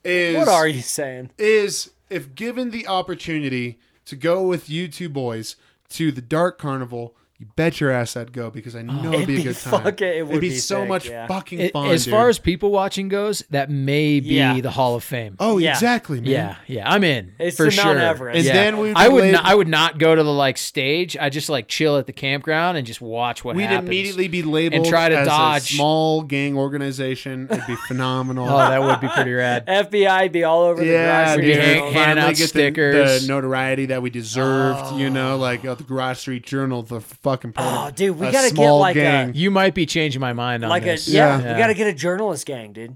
B: is,
A: What are you saying?
B: is if given the opportunity to go with you two boys to the Dark Carnival, you bet your ass I'd go because I know it'd,
A: It'd
B: be a
A: be
B: good time.
A: fuck- it would
B: it'd be,
A: be
B: so
A: sick,
B: much
A: yeah.
B: fucking
C: It-
B: fun.
C: as far
B: dude.
C: as people watching goes, that may be
A: Yeah.
C: the Hall of Fame.
B: oh,
A: Yeah.
B: exactly, man.
C: Yeah, yeah, I'm in
A: It's
C: for
A: the
C: sure.
A: Mount Everest.
B: And then we
C: I would,
B: delayed-
C: not, I would not go to the like stage. I just like chill at the campground and just watch what
B: We'd
C: happens.
B: immediately be labeled
C: try to
B: as
C: dodge.
B: a small gang organization. It'd be phenomenal.
C: [laughs] Oh, that would be
A: [laughs]
C: pretty rad.
A: FBI be all over
B: Yeah,
A: the
C: We'd be
B: dude.
A: garage.
C: hang-
B: Finally
A: Journal.
C: handing out
B: get the- The,
C: stickers.
B: notoriety that we deserved, you know, like uh, the Garage Street Journal, the fucking.
A: Oh, dude, we
B: a
A: gotta get
B: small
A: like a-
C: [laughs]
B: gang.
C: You might be changing my mind on
A: like a
C: this.
A: yeah,
B: Yeah.
A: we got to get a journalist gang, dude.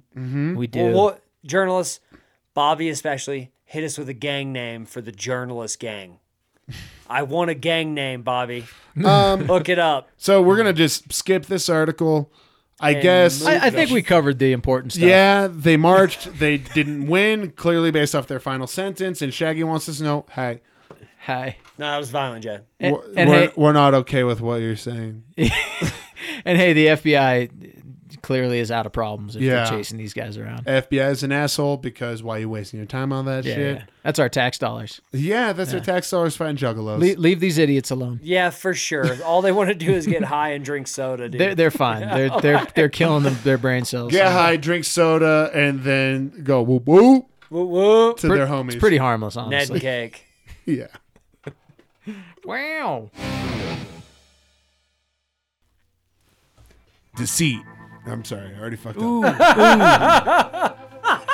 C: we do.
A: Well, what journalists, Bobby especially, hit us with a gang name for the journalist gang. I want a gang name, Bobby.
B: Um,
A: Look it up. [laughs]
B: so we're gonna just skip this article, I guess.
A: move-
C: I, I think we covered the important stuff.
B: Yeah, they marched. they didn't win, clearly based off their final sentence. And Shaggy wants us to know, hey,
C: Hi.
A: No, that was violent, Jed.
C: And,
B: we're,
C: and
B: we're,
C: hey,
B: we're not okay with what you're saying.
C: and hey, the FBI clearly is out of problems if
B: Yeah.
C: they're chasing these guys around.
B: FBI is an asshole because why are you wasting your time on that
C: Yeah,
B: shit?
C: yeah. that's our tax dollars.
B: Yeah, that's their tax dollars fighting juggalos.
C: Le- leave these idiots alone.
A: Yeah, for sure. All they want to do is get high and drink soda, dude.
C: They're they're fine. [laughs] They're they're they're killing them, their brain cells.
B: Get high, drink soda, and then go whoop whoop
A: whoop, whoop.
B: to their homies.
C: It's pretty harmless,
A: Ned
C: honestly.
A: and cake.
B: yeah.
C: Wow.
B: Deceit. I'm sorry, I already fucked up.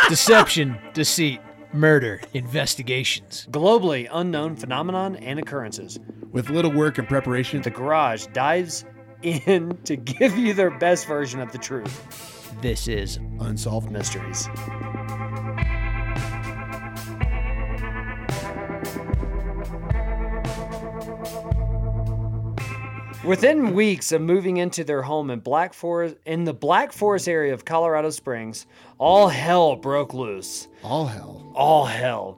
C: Deception, deceit, murder, investigations.
A: Globally unknown phenomenon and occurrences.
B: With little work and preparation,
A: The garage dives in [laughs] to give you their best version of the truth.
C: This is
B: unsolved mystery.
A: Mysteries. Within weeks of moving into their home in Black Forest in the Black Forest area of Colorado Springs, all hell broke loose.
B: All hell.
A: all hell.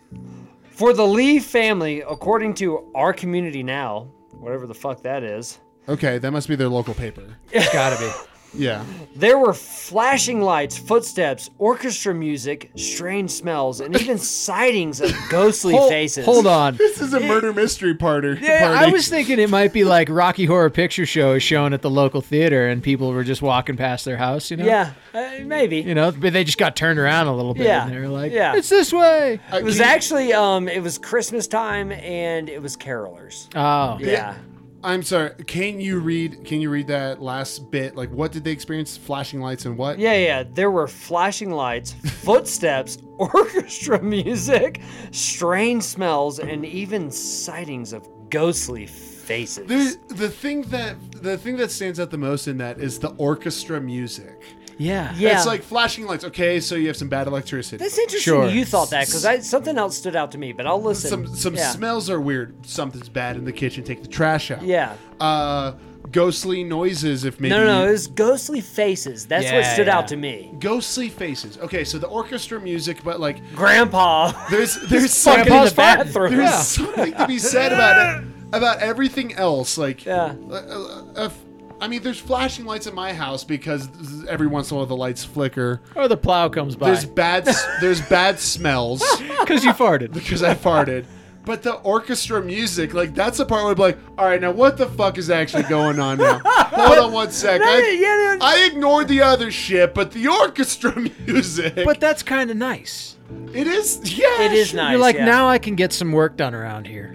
A: [laughs] For the Lee family, according to our community now, whatever the fuck that is,
B: Okay, that must be their local paper.
C: it's gotta be.
B: Yeah.
A: there were flashing lights, footsteps, orchestra music, strange smells, and
C: [laughs]
A: even sightings of ghostly
C: Hold,
A: faces.
C: hold on.
B: This is a murder mystery parter.
C: Yeah,
B: party.
C: [laughs] I was thinking it might be like Rocky Horror Picture Show is shown at the local theater, and people were just walking past their house, you know.
A: Yeah, uh, maybe.
C: You know, but they just got turned around a little bit,
A: Yeah.
C: and they were like,
A: Yeah.
C: "It's this way."
B: Uh,
A: It was actually um, it was Christmas time and it was carolers.
C: Oh,
A: Yeah.
B: I'm sorry. Can you read? Can you read that last bit? Like, what did they experience? Flashing lights and what?
A: Yeah, yeah. There were flashing lights, footsteps, [laughs] orchestra music, strange smells, and even sightings of ghostly faces.
B: The, the thing that the thing that stands out the most in that is the orchestra music.
C: yeah,
A: yeah.
B: It's like flashing lights. Okay, so you have some bad electricity.
A: that's interesting.
C: Sure.
A: You thought that because I something else stood out to me, but I'll listen.
B: some some
A: yeah.
B: smells are weird. Something's bad in the kitchen. Take the trash out.
A: Yeah.
B: Uh, ghostly noises. If maybe
A: No, no, no. It was ghostly faces. That's what
C: Yeah,
A: stood
C: yeah.
A: out to me.
B: ghostly faces. Okay, so the orchestra music, but like
A: Grandpa. [laughs]
B: there's there's
A: fucking in
B: something
A: the bathroom.
B: there's
A: Yeah.
B: something to be said about it
A: [laughs]
B: about everything else. Like
A: Yeah.
B: uh, uh, uh, if- I mean, there's flashing lights at my house because every once in a while the lights flicker.
C: or the plow comes by
B: There's bad s- there's bad
A: [laughs]
B: smells
C: because you farted.
B: because I farted. But the orchestra music, like that's the part where I'm like, all right, now what the fuck is actually going on now? Hold on one sec.
A: yeah, yeah,
B: I, I ignored the other shit, but the orchestra [laughs] music.
C: But that's kind of nice.
B: it is, yeah,
A: It is
B: sure.
A: nice.
C: You're like,
A: yeah.
C: now I can get some work done around here.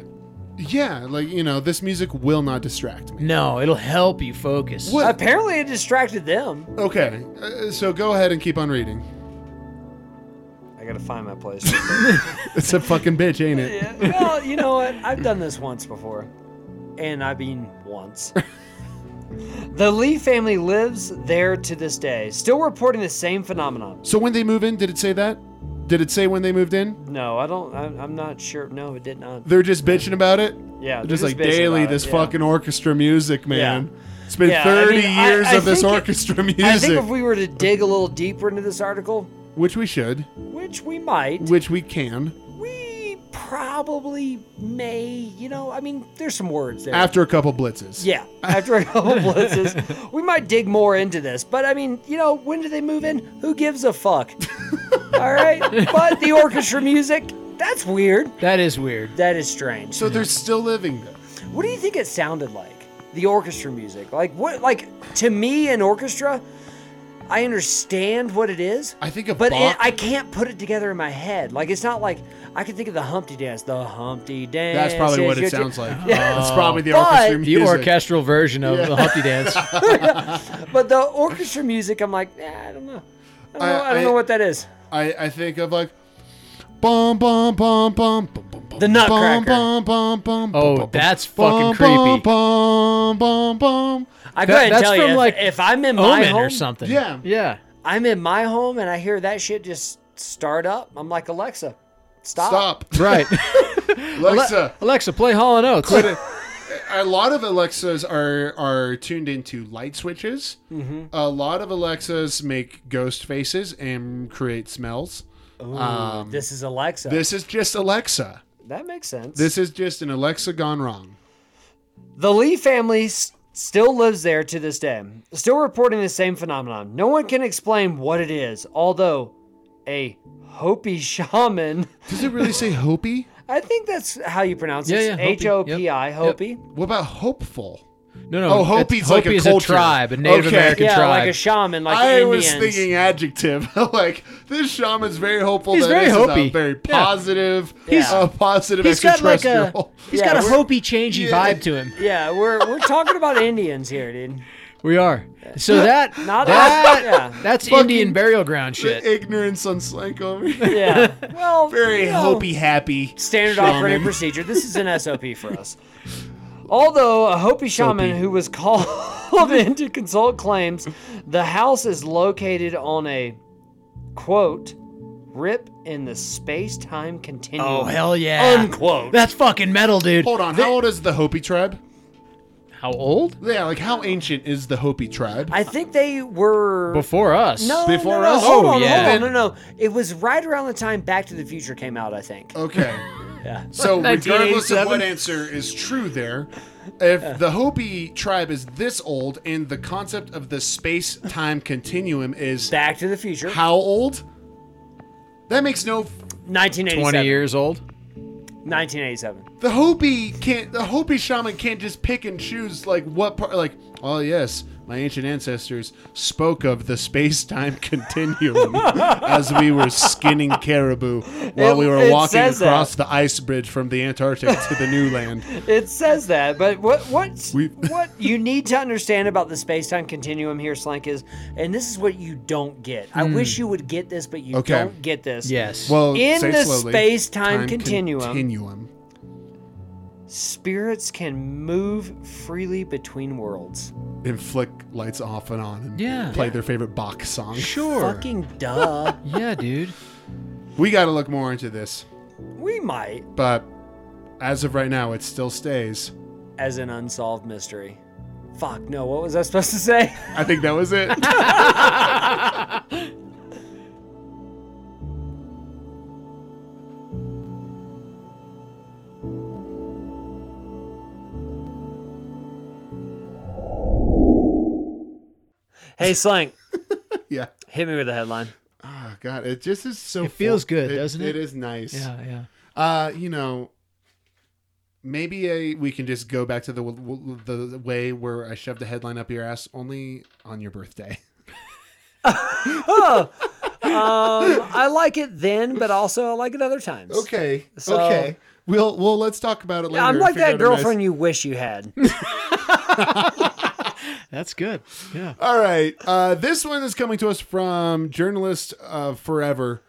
B: Yeah, like you know, this music will not distract me.
C: No, it'll help you focus.
B: What-
A: Apparently, it distracted them.
B: Okay, uh, so go ahead and keep on reading.
A: I gotta find my place.
B: It's a fucking bitch, ain't it?
A: Yeah, [laughs] well, you know what? I've done this once before. And I mean
B: [laughs]
A: once. the Lee family lives there to this day, still reporting the same phenomenon.
B: So when they move in, did it say that? Did it say when they moved in?
A: No, I don't. I'm, I'm not sure. No, it did not.
B: They're just bitching about it.
A: Yeah,
B: They're
A: they're just
B: just, like
A: bitching
B: daily
A: about it,
B: this
A: yeah.
B: fucking orchestra music, man. It's been
A: Yeah, I
B: thirty
A: mean, I-
B: years
A: I
B: of this
A: think it-
B: orchestra music,
A: I think if we were to dig a little deeper into this article,
B: which we should,
A: which we might,
B: which we can
A: we probably may, you know, I mean, there's some words there.
B: after a couple blitzes.
A: Yeah, after a couple blitzes, we might dig more into this. But I mean, you know, when do they move in? Who gives a fuck? All right. But the orchestra music, that's weird.
C: That is weird.
A: That is strange.
B: So they're still living there.
A: What do you think it sounded like? The orchestra music. Like what like to me an orchestra, I understand what it is.
B: I think of
A: But it,
B: Bach-
A: I can't put it together in my head. Like it's not like I can think of the Humpty dance, the Humpty dance.
B: That's probably
A: yes,
B: what it
A: yes, yes.
B: sounds like. That's probably the
A: But-
B: orchestra
A: The
B: music.
C: The orchestral version of the Humpty Dance.
A: But the orchestra music, I'm like, nah, I don't know. I don't, know, I,
B: I-
A: don't
B: I-
A: know what that is.
B: I, I think of like bum bum bum bum bum bum bum,
A: The Nutcracker.
B: Bum, bum, bum, bum,
C: Oh,
B: bum, bum,
C: that's
B: bum,
C: fucking
B: Bum,
C: creepy.
B: bum, bum, bum.
A: I go
C: That-
A: ahead and
C: that's
A: tell
C: from,
A: you, if-
C: like,
A: if, I'm in my
C: [laughs] Omen
A: home,
C: or something.
B: Yeah.
C: Yeah.
A: I'm in my home and I hear that shit just start up. I'm like, Alexa, stop.
B: Stop.
C: [laughs] Right.
B: Alexa.
C: Alexa, play Hall and Oates.
B: A lot of Alexas are are tuned into light switches.
C: Mm-hmm.
B: A lot of Alexas make ghost faces and create smells. Um,
A: This is Alexa.
B: this is just Alexa.
A: that makes sense.
B: This is just an Alexa gone wrong.
A: the Lee family s- still lives there to this day, still reporting the same phenomenon. No one can explain what it is, although a Hopi shaman, [laughs]
B: Does it really say Hopi?
A: I think that's how you pronounce
C: Yeah, yeah,
A: it.
C: Hopi.
A: H O P I,
C: Yep.
A: Hopi.
B: What about hopeful?
C: No, no.
B: Oh,
C: it's-
B: Hopi's like
C: Hopi
B: a
C: is
B: culture.
C: a tribe, a Native
B: Okay.
C: American
A: Yeah,
C: tribe.
A: like a shaman, like
B: I
A: the Indians.
B: was thinking adjective. [laughs] like this shaman's very hopeful.
C: He's
B: that
C: very
B: this is a
C: Hopi.
B: very
C: Yeah.
B: positive.
A: He's-
B: uh, positive
C: He's got like a
B: extraterrestrial.
C: he's
A: Yeah,
C: got a
A: we're-
C: Hopi changey
B: Yeah.
C: vibe to him.
A: Yeah, we're we're talking about Indians here, dude.
C: We are. So [laughs] that
A: Not
C: that
A: us, yeah.
C: that's
B: Fucking-
C: Indian burial ground
B: The
C: [laughs] shit.
B: [laughs] ignorance on slank over
C: [laughs]
B: here. [laughs]
A: Yeah. Well,
B: Very
A: you know,
B: Hopi happy.
A: Standard
B: shaman.
A: operating procedure. This is an SOP for us. Although a Hopi shaman who was called [laughs] in to consult claims the house is located on a quote rip in the space time continuum.
C: Oh hell yeah.
A: Unquote.
C: That's fucking metal, dude.
B: Hold on. How old is the Hopi tribe?
C: How old?
B: Yeah, like how ancient is the Hopi tribe?
A: I think they were
C: Before us.
A: no,
B: before
A: no, no,
B: us?
A: Hold
C: Oh,
A: on,
C: yeah.
A: hold on, no, no. It was right around the time Back to the Future came out. I think.
B: Okay. So regardless of
C: 1987?
B: what answer is true there, if the Hopi tribe is this old and the concept of the space-time continuum is
A: Back to the Future,
B: how old? That makes no.
A: 1987.
C: Twenty years old.
A: 1987.
B: The Hopi can't. The Hopi shaman can't just pick and choose like what part. Like, oh yes, my ancient ancestors spoke of the
A: [laughs]
B: space-time [laughs] continuum as we were skinning caribou while
A: It-
B: we were
A: it
B: walking
A: says that.
B: across the ice bridge from the Antarctic to the new land.
A: It says that, but what what
B: We- [laughs]
A: what you need to understand about the space time continuum here, Slank, is, and this is what you don't get. I wish you would get this, but you
B: Okay.
A: don't get this.
C: Yes.
B: Well,
A: In
B: say
A: the
B: slowly.
A: space-time continuum.
B: continuum.
A: spirits can move freely between worlds.
B: and flick lights off and on and
C: Yeah.
B: play their favorite Bach song.
C: sure.
A: Fucking
B: [laughs]
A: duh.
C: [laughs] Yeah, dude.
B: We got to look more into this,
A: we might,
B: but as of right now, it still stays.
A: as an unsolved mystery. Fuck no. What was I supposed to say? [laughs]
B: I think that was it.
A: hey, Slank,
B: yeah.
A: hit me with a headline.
B: Oh God, it just is so.
C: It feels good, doesn't it?
B: It is nice.
C: [laughs] Yeah, yeah.
B: Uh, you know, maybe a, we can just go back to the w- w- the way where I shoved a headline up your ass only on your birthday. [laughs]
A: Um, I like it then, but also I like it other times.
B: Okay.
A: So-
B: okay. We'll well let's talk about it later.
A: I'm
B: and
A: like
B: figure
A: that
B: out a nice-
A: girlfriend you wish you had.
C: That's good. Yeah.
B: All right. Uh, this one is coming to us from journalist uh, forever,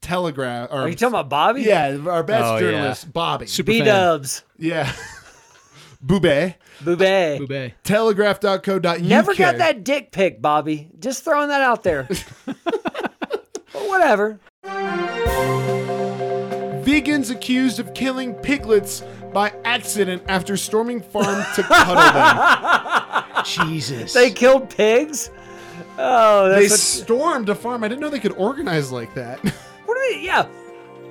B: Telegraph. Or,
A: Are you talking about Bobby?
B: Yeah, our best
C: Oh, yeah.
B: journalist, Bobby.
C: Super
A: B Dubs,
B: Yeah. [laughs] Boobay.
A: Boubet.
C: fan. Boubet.
B: Telegraph.co.uk.
A: Never got that dick pic, Bobby. Just throwing that out
B: [laughs]
A: there. but whatever.
B: Vegans accused of killing piglets by accident after storming farm to cuddle them.
C: Jesus.
A: They killed pigs. Oh, [laughs]
B: They
A: that's
B: stormed a farm. I didn't know they could organize
A: [laughs]
B: like that.
A: what, what do we? Yeah,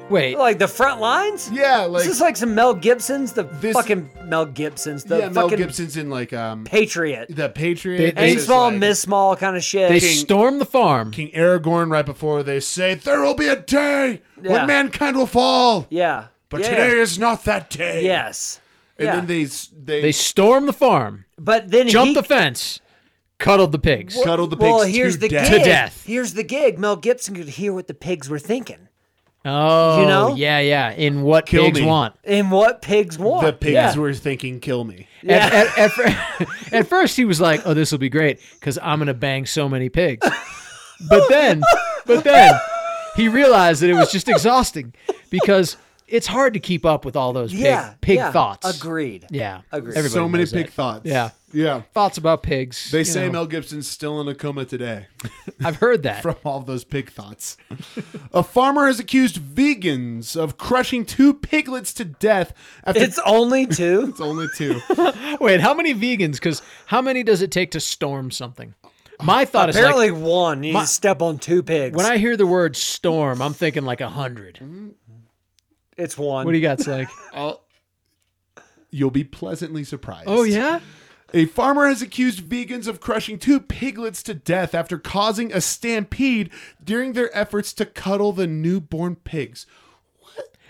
C: Wait.
A: like the front lines.
B: yeah, like
A: Is this like some Mel Gibson's? The
B: This-
A: fucking Mel Gibson's. The
B: yeah,
A: fucking
B: Mel Gibson's in like um
A: Patriot.
B: the Patriot.
C: They-
A: Ain't
B: It's
A: small,
B: like-
A: miss small kind of shit.
C: They stormed the farm.
B: King Aragorn right before they say, There will be a day
A: Yeah.
B: when mankind will fall.
A: yeah.
B: But
A: yeah.
B: today is not that day.
A: Yes.
B: And
A: yeah.
B: then they s- they,
C: They stormed the farm.
A: But then
C: Jumped
A: he,
C: the fence. Cuddled the pigs.
B: cuddled the pigs
A: well,
B: to
A: here's the
B: death.
A: gig.
C: To death.
A: Here's the gig. Mel Gibson could hear what the pigs were thinking
C: Oh,
A: You know?
C: yeah, yeah. In what
B: Kill
C: pigs
B: me.
C: want.
A: and what pigs want.
B: The pigs
A: Yeah.
B: were thinking, Kill me.
A: Yeah.
C: At, at, at, fir- [laughs] at first, he was like, "Oh, this will be great because I'm gonna bang so many pigs," but then, but then, he realized that it was just exhausting because it's hard to keep up with all those pig,
A: yeah.
C: pig
A: yeah.
C: thoughts.
A: Agreed.
C: Yeah,
A: Agreed.
C: Everybody
B: so many
C: knows
B: pig
C: that.
B: thoughts.
C: Yeah.
B: Yeah.
C: Thoughts about pigs.
B: They
C: you
B: say
C: know.
B: Mel Gibson's still in a coma today [laughs]
C: I've heard that.
B: from all those pig thoughts. a farmer has accused vegans of crushing two piglets to death after
A: It's only two.
B: [laughs] It's only two.
C: Wait, how many vegans? Because how many does it take to storm something? My thought is like
A: Apparently one. You just step on two pigs.
C: when I hear the word storm, I'm thinking like a hundred.
A: it's one.
B: [laughs]
C: What do you got, Slake?
B: I'll- you'll be pleasantly surprised.
C: Oh yeah.
B: A farmer has accused vegans of crushing two piglets to death after causing a stampede during their efforts to cuddle the newborn pigs.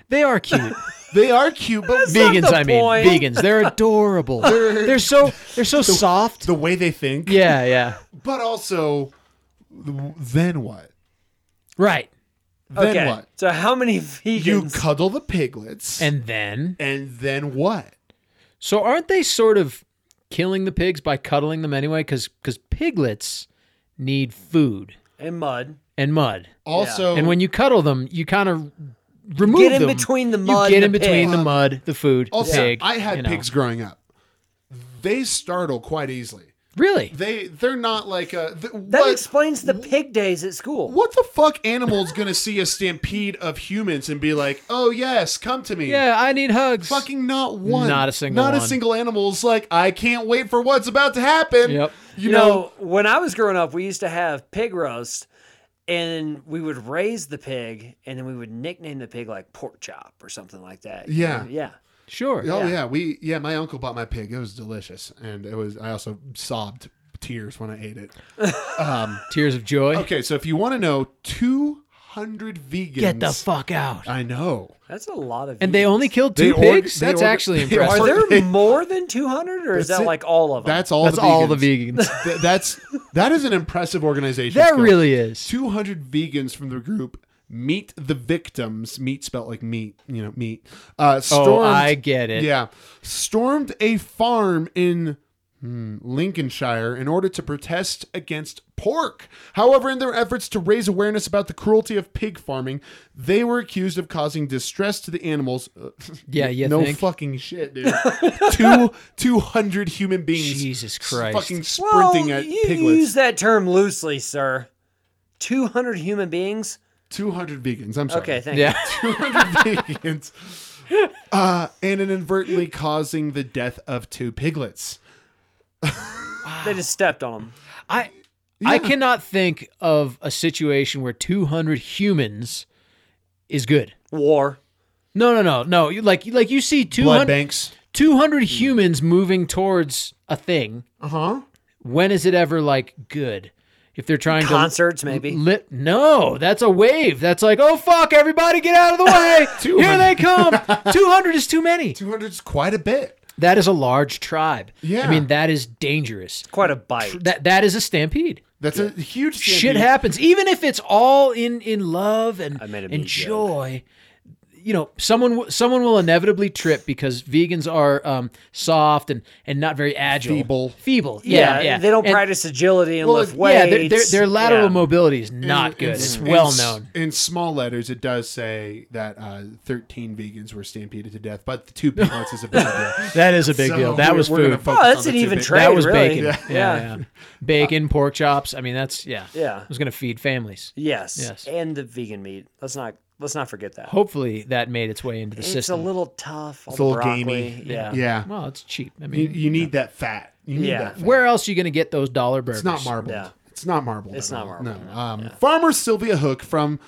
C: They are cute.
B: They are cute, but
A: not
C: vegans,
A: the
C: I mean,
A: point.
C: vegans. [laughs] They're adorable. They're, so they're so
B: [laughs]
C: soft.
B: the way they think.
C: [laughs] Yeah, yeah.
B: But also, then what?
C: Right.
B: Then
A: okay.
B: what?
A: So how many vegans?
B: You cuddle the piglets, and,
C: And then,
B: then what?
C: so aren't they sort of killing the pigs by cuddling them anyway? Because piglets need food
A: and mud.
C: and mud,
B: Also,
C: and when you cuddle them, you kind of remove
A: Get in
C: them.
A: between the
C: You
A: mud
C: get
A: and
C: in
A: the
C: between
A: pig.
C: the mud, the food, the
B: also,
C: pig.
B: I had
C: you know.
B: pigs growing up. They startle quite easily.
C: Really?
B: They they're not like a. th-
A: That
B: what,
A: explains the pig days at school.
B: what the fuck animal's gonna see a stampede of humans and be like, oh yes, come to me.
C: Yeah, I need hugs.
B: Fucking not one.
C: Not a single
B: Not a
C: one.
B: single animal's like, I can't wait for what's about to happen.
C: Yep.
B: You,
A: you
B: know,
A: know, when I was growing up, we used to have pig roast, and we would raise the pig, and then we would nickname the pig like pork chop or something like that. You
B: Yeah.
A: know? yeah.
C: Sure.
B: Oh
A: Yeah.
B: yeah. we yeah. My uncle bought my pig. It was delicious, and it was. I also sobbed tears when I ate it. Um,
C: Tears of joy.
B: [laughs] Okay, so if you want to know, two hundred vegans.
C: Get the fuck out.
B: I know.
A: That's a lot of.
C: And they
A: vegans.
C: only killed
B: They
C: two
B: org-
C: pigs?
B: they
C: That's
B: org-
C: actually
B: they
C: impressive.
A: Are
B: org-
A: there more than 200, or is
B: That's
A: that
B: it.
A: like all of them?
B: That's all.
C: That's
B: the vegans.
C: all the vegans.
B: Th- that's that is an impressive organization.
C: [laughs] that really is.
B: Two hundred vegans from the group. Meet the victims. Meat spelt like meat. You know, meat. Uh, stormed,
C: Oh, I get it.
B: Yeah. Stormed a farm in hmm, Lincolnshire in order to protest against pork. However, in their efforts to raise awareness about the cruelty of pig farming, they were accused of causing distress to the animals. Uh,
C: [laughs] Yeah, you
B: No
C: think?
B: fucking shit,
C: [laughs]
B: dude. Two, 200 human beings.
C: Jesus
B: s-
C: Christ.
B: Fucking sprinting
A: well,
B: at
A: you
B: piglets.
A: use that term loosely, sir. 200 human beings.
B: 200 vegans. I'm sorry.
A: Okay, thank you.
C: Yeah.
B: 200 vegans. Uh, and inadvertently causing the death of two piglets.
A: They just stepped on them.
C: I I cannot think of a situation where 200 humans is good.
A: War.
C: No, no, no, no. You- Like like you see
B: Blood Hmm.
C: 200,
B: banks.
C: 200 humans moving towards a thing.
B: Uh
A: Uh-huh.
B: huh.
C: When is it ever like good? If they're trying
A: Concerts,
C: to
A: maybe.
C: lit, no, that's a wave. That's like, oh fuck, everybody get out of
B: [laughs]
C: the way. Here
B: 200.
C: they come.
B: [laughs]
C: 200 is too many.
B: 200 is quite a bit.
C: That is a large tribe.
B: Yeah.
C: I mean, that is dangerous.
A: Quite a bite.
C: That that is a stampede.
B: That's a huge
C: Shit happens. Even if it's all in in love and
A: I made a
C: and
A: meat joke.
C: joy, you know, someone w- someone will inevitably trip because vegans are um, soft and and not very agile.
B: Feeble.
C: Feeble. Yeah, yeah.
A: They don't
C: And-
A: practice agility and
B: Well,
A: lift weights.
C: Yeah, their, their, their lateral
A: Yeah.
C: mobility is not good. It's well known.
B: In small letters, it does say that uh, 13 vegans were stampeded to death, but the two piglets is a big deal.
C: That is a [laughs] big
B: So
C: deal. That
B: we're-
C: was
B: we're gonna
C: food.
B: focus
A: Oh,
B: on
A: that's
B: the
A: an
B: two
A: even
B: big-
A: trade.
C: that was
A: really.
C: bacon. Yeah.
A: Yeah.
C: Yeah. [laughs] Bacon, pork chops. I mean, that's yeah.
A: Yeah.
C: It was going to feed families.
A: Yes.
C: Yes.
A: And the vegan meat. Let's not let's not forget that.
C: Hopefully that made its way into the
A: it's
C: system.
A: a little tough. All
B: It's
A: the
B: a little
A: broccoli.
B: gamey.
A: Yeah.
B: Yeah.
C: well, it's cheap. I
B: You,
C: mean,
B: you need that fat. You need
A: Yeah.
B: that fat.
C: Where else are you going to get those dollar burgers?
B: It's not marbled.
A: Yeah.
B: It's not marbled.
A: It's
B: at
A: not
B: all.
A: marbled,
B: No. Um, Farmer Sylvia Hook from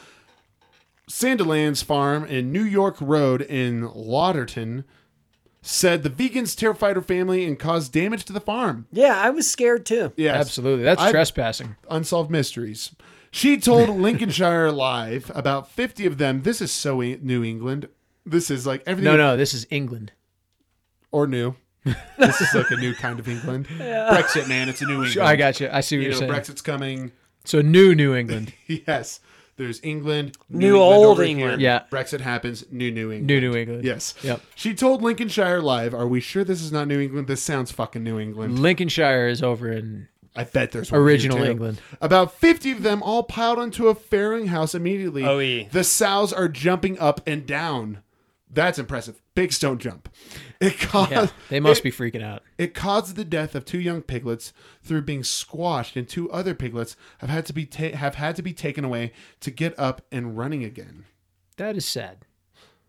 B: Sandilands Farm in New York Road in Lauderton said the vegans terrified her family and caused damage to the farm.
A: Yeah, I was scared too.
B: Yes.
C: Absolutely. That's
B: I-
C: trespassing.
B: Unsolved Mysteries. She
C: [laughs]
B: told Lincolnshire Live about 50 of them. This is so e- New England. This is like everything
C: No, no, this is England.
B: or new. this is like a new kind of
C: [laughs]
B: England. Brexit, man. It's a new England.
C: I got you. I see what
B: You
C: you are
B: know,
C: saying.
B: Brexit's coming.
C: So new New England,
B: [laughs] Yes. There's England,
A: New
B: England
A: old
B: over
A: England.
B: here.
C: Yeah.
B: Brexit happens, new New England.
C: new New England.
B: Yes.
C: Yep.
B: She told Lincolnshire Live, "Are we sure this is not New England? This sounds fucking New England.
C: Lincolnshire is over in.
B: I bet there's one here,
C: Original
B: too."
C: England.
B: About fifty of them all piled onto a farrowing house immediately.
A: Oh, yeah.
B: The sows are jumping up and down. That's impressive. Big stone jump. It caused
C: Yeah, they must
B: it-
C: be freaking out.
B: It caused the death of two young piglets through being squashed, and two other piglets have had to be ta- have had to be taken away to get up and running again.
C: That is sad.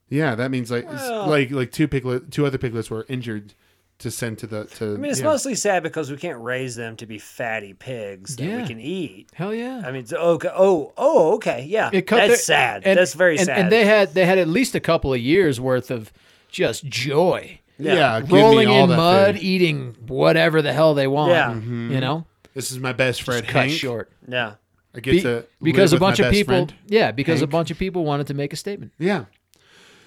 B: Yeah, that means like s-
A: Well-
B: like like two piglet two other piglets were injured to send to the to.
A: I mean, it's
B: yeah.
A: mostly sad because we can't raise them to be fatty pigs that
C: Yeah.
A: we can eat.
C: Hell yeah.
A: I mean, it's- okay. Oh, oh, okay. Yeah.
C: It cut
A: That's
C: their-
A: sad.
C: and-
A: That's very
C: and-
A: sad.
C: And they had they had at least a couple of years worth of just joy.
B: Yeah, give me
C: rolling
B: all
C: in
B: that
C: mud,
B: food.
C: eating whatever the hell they want.
A: Yeah.
C: You know,
B: This is my best friend
C: e- cut
B: Hank.
C: short
A: Yeah.
B: I get
C: Be-
B: to live
C: because a
B: with my
C: bunch of
B: best
C: people.
B: friend.
C: Yeah, because a
B: Hank.
C: bunch of people wanted to make a statement.
B: Yeah.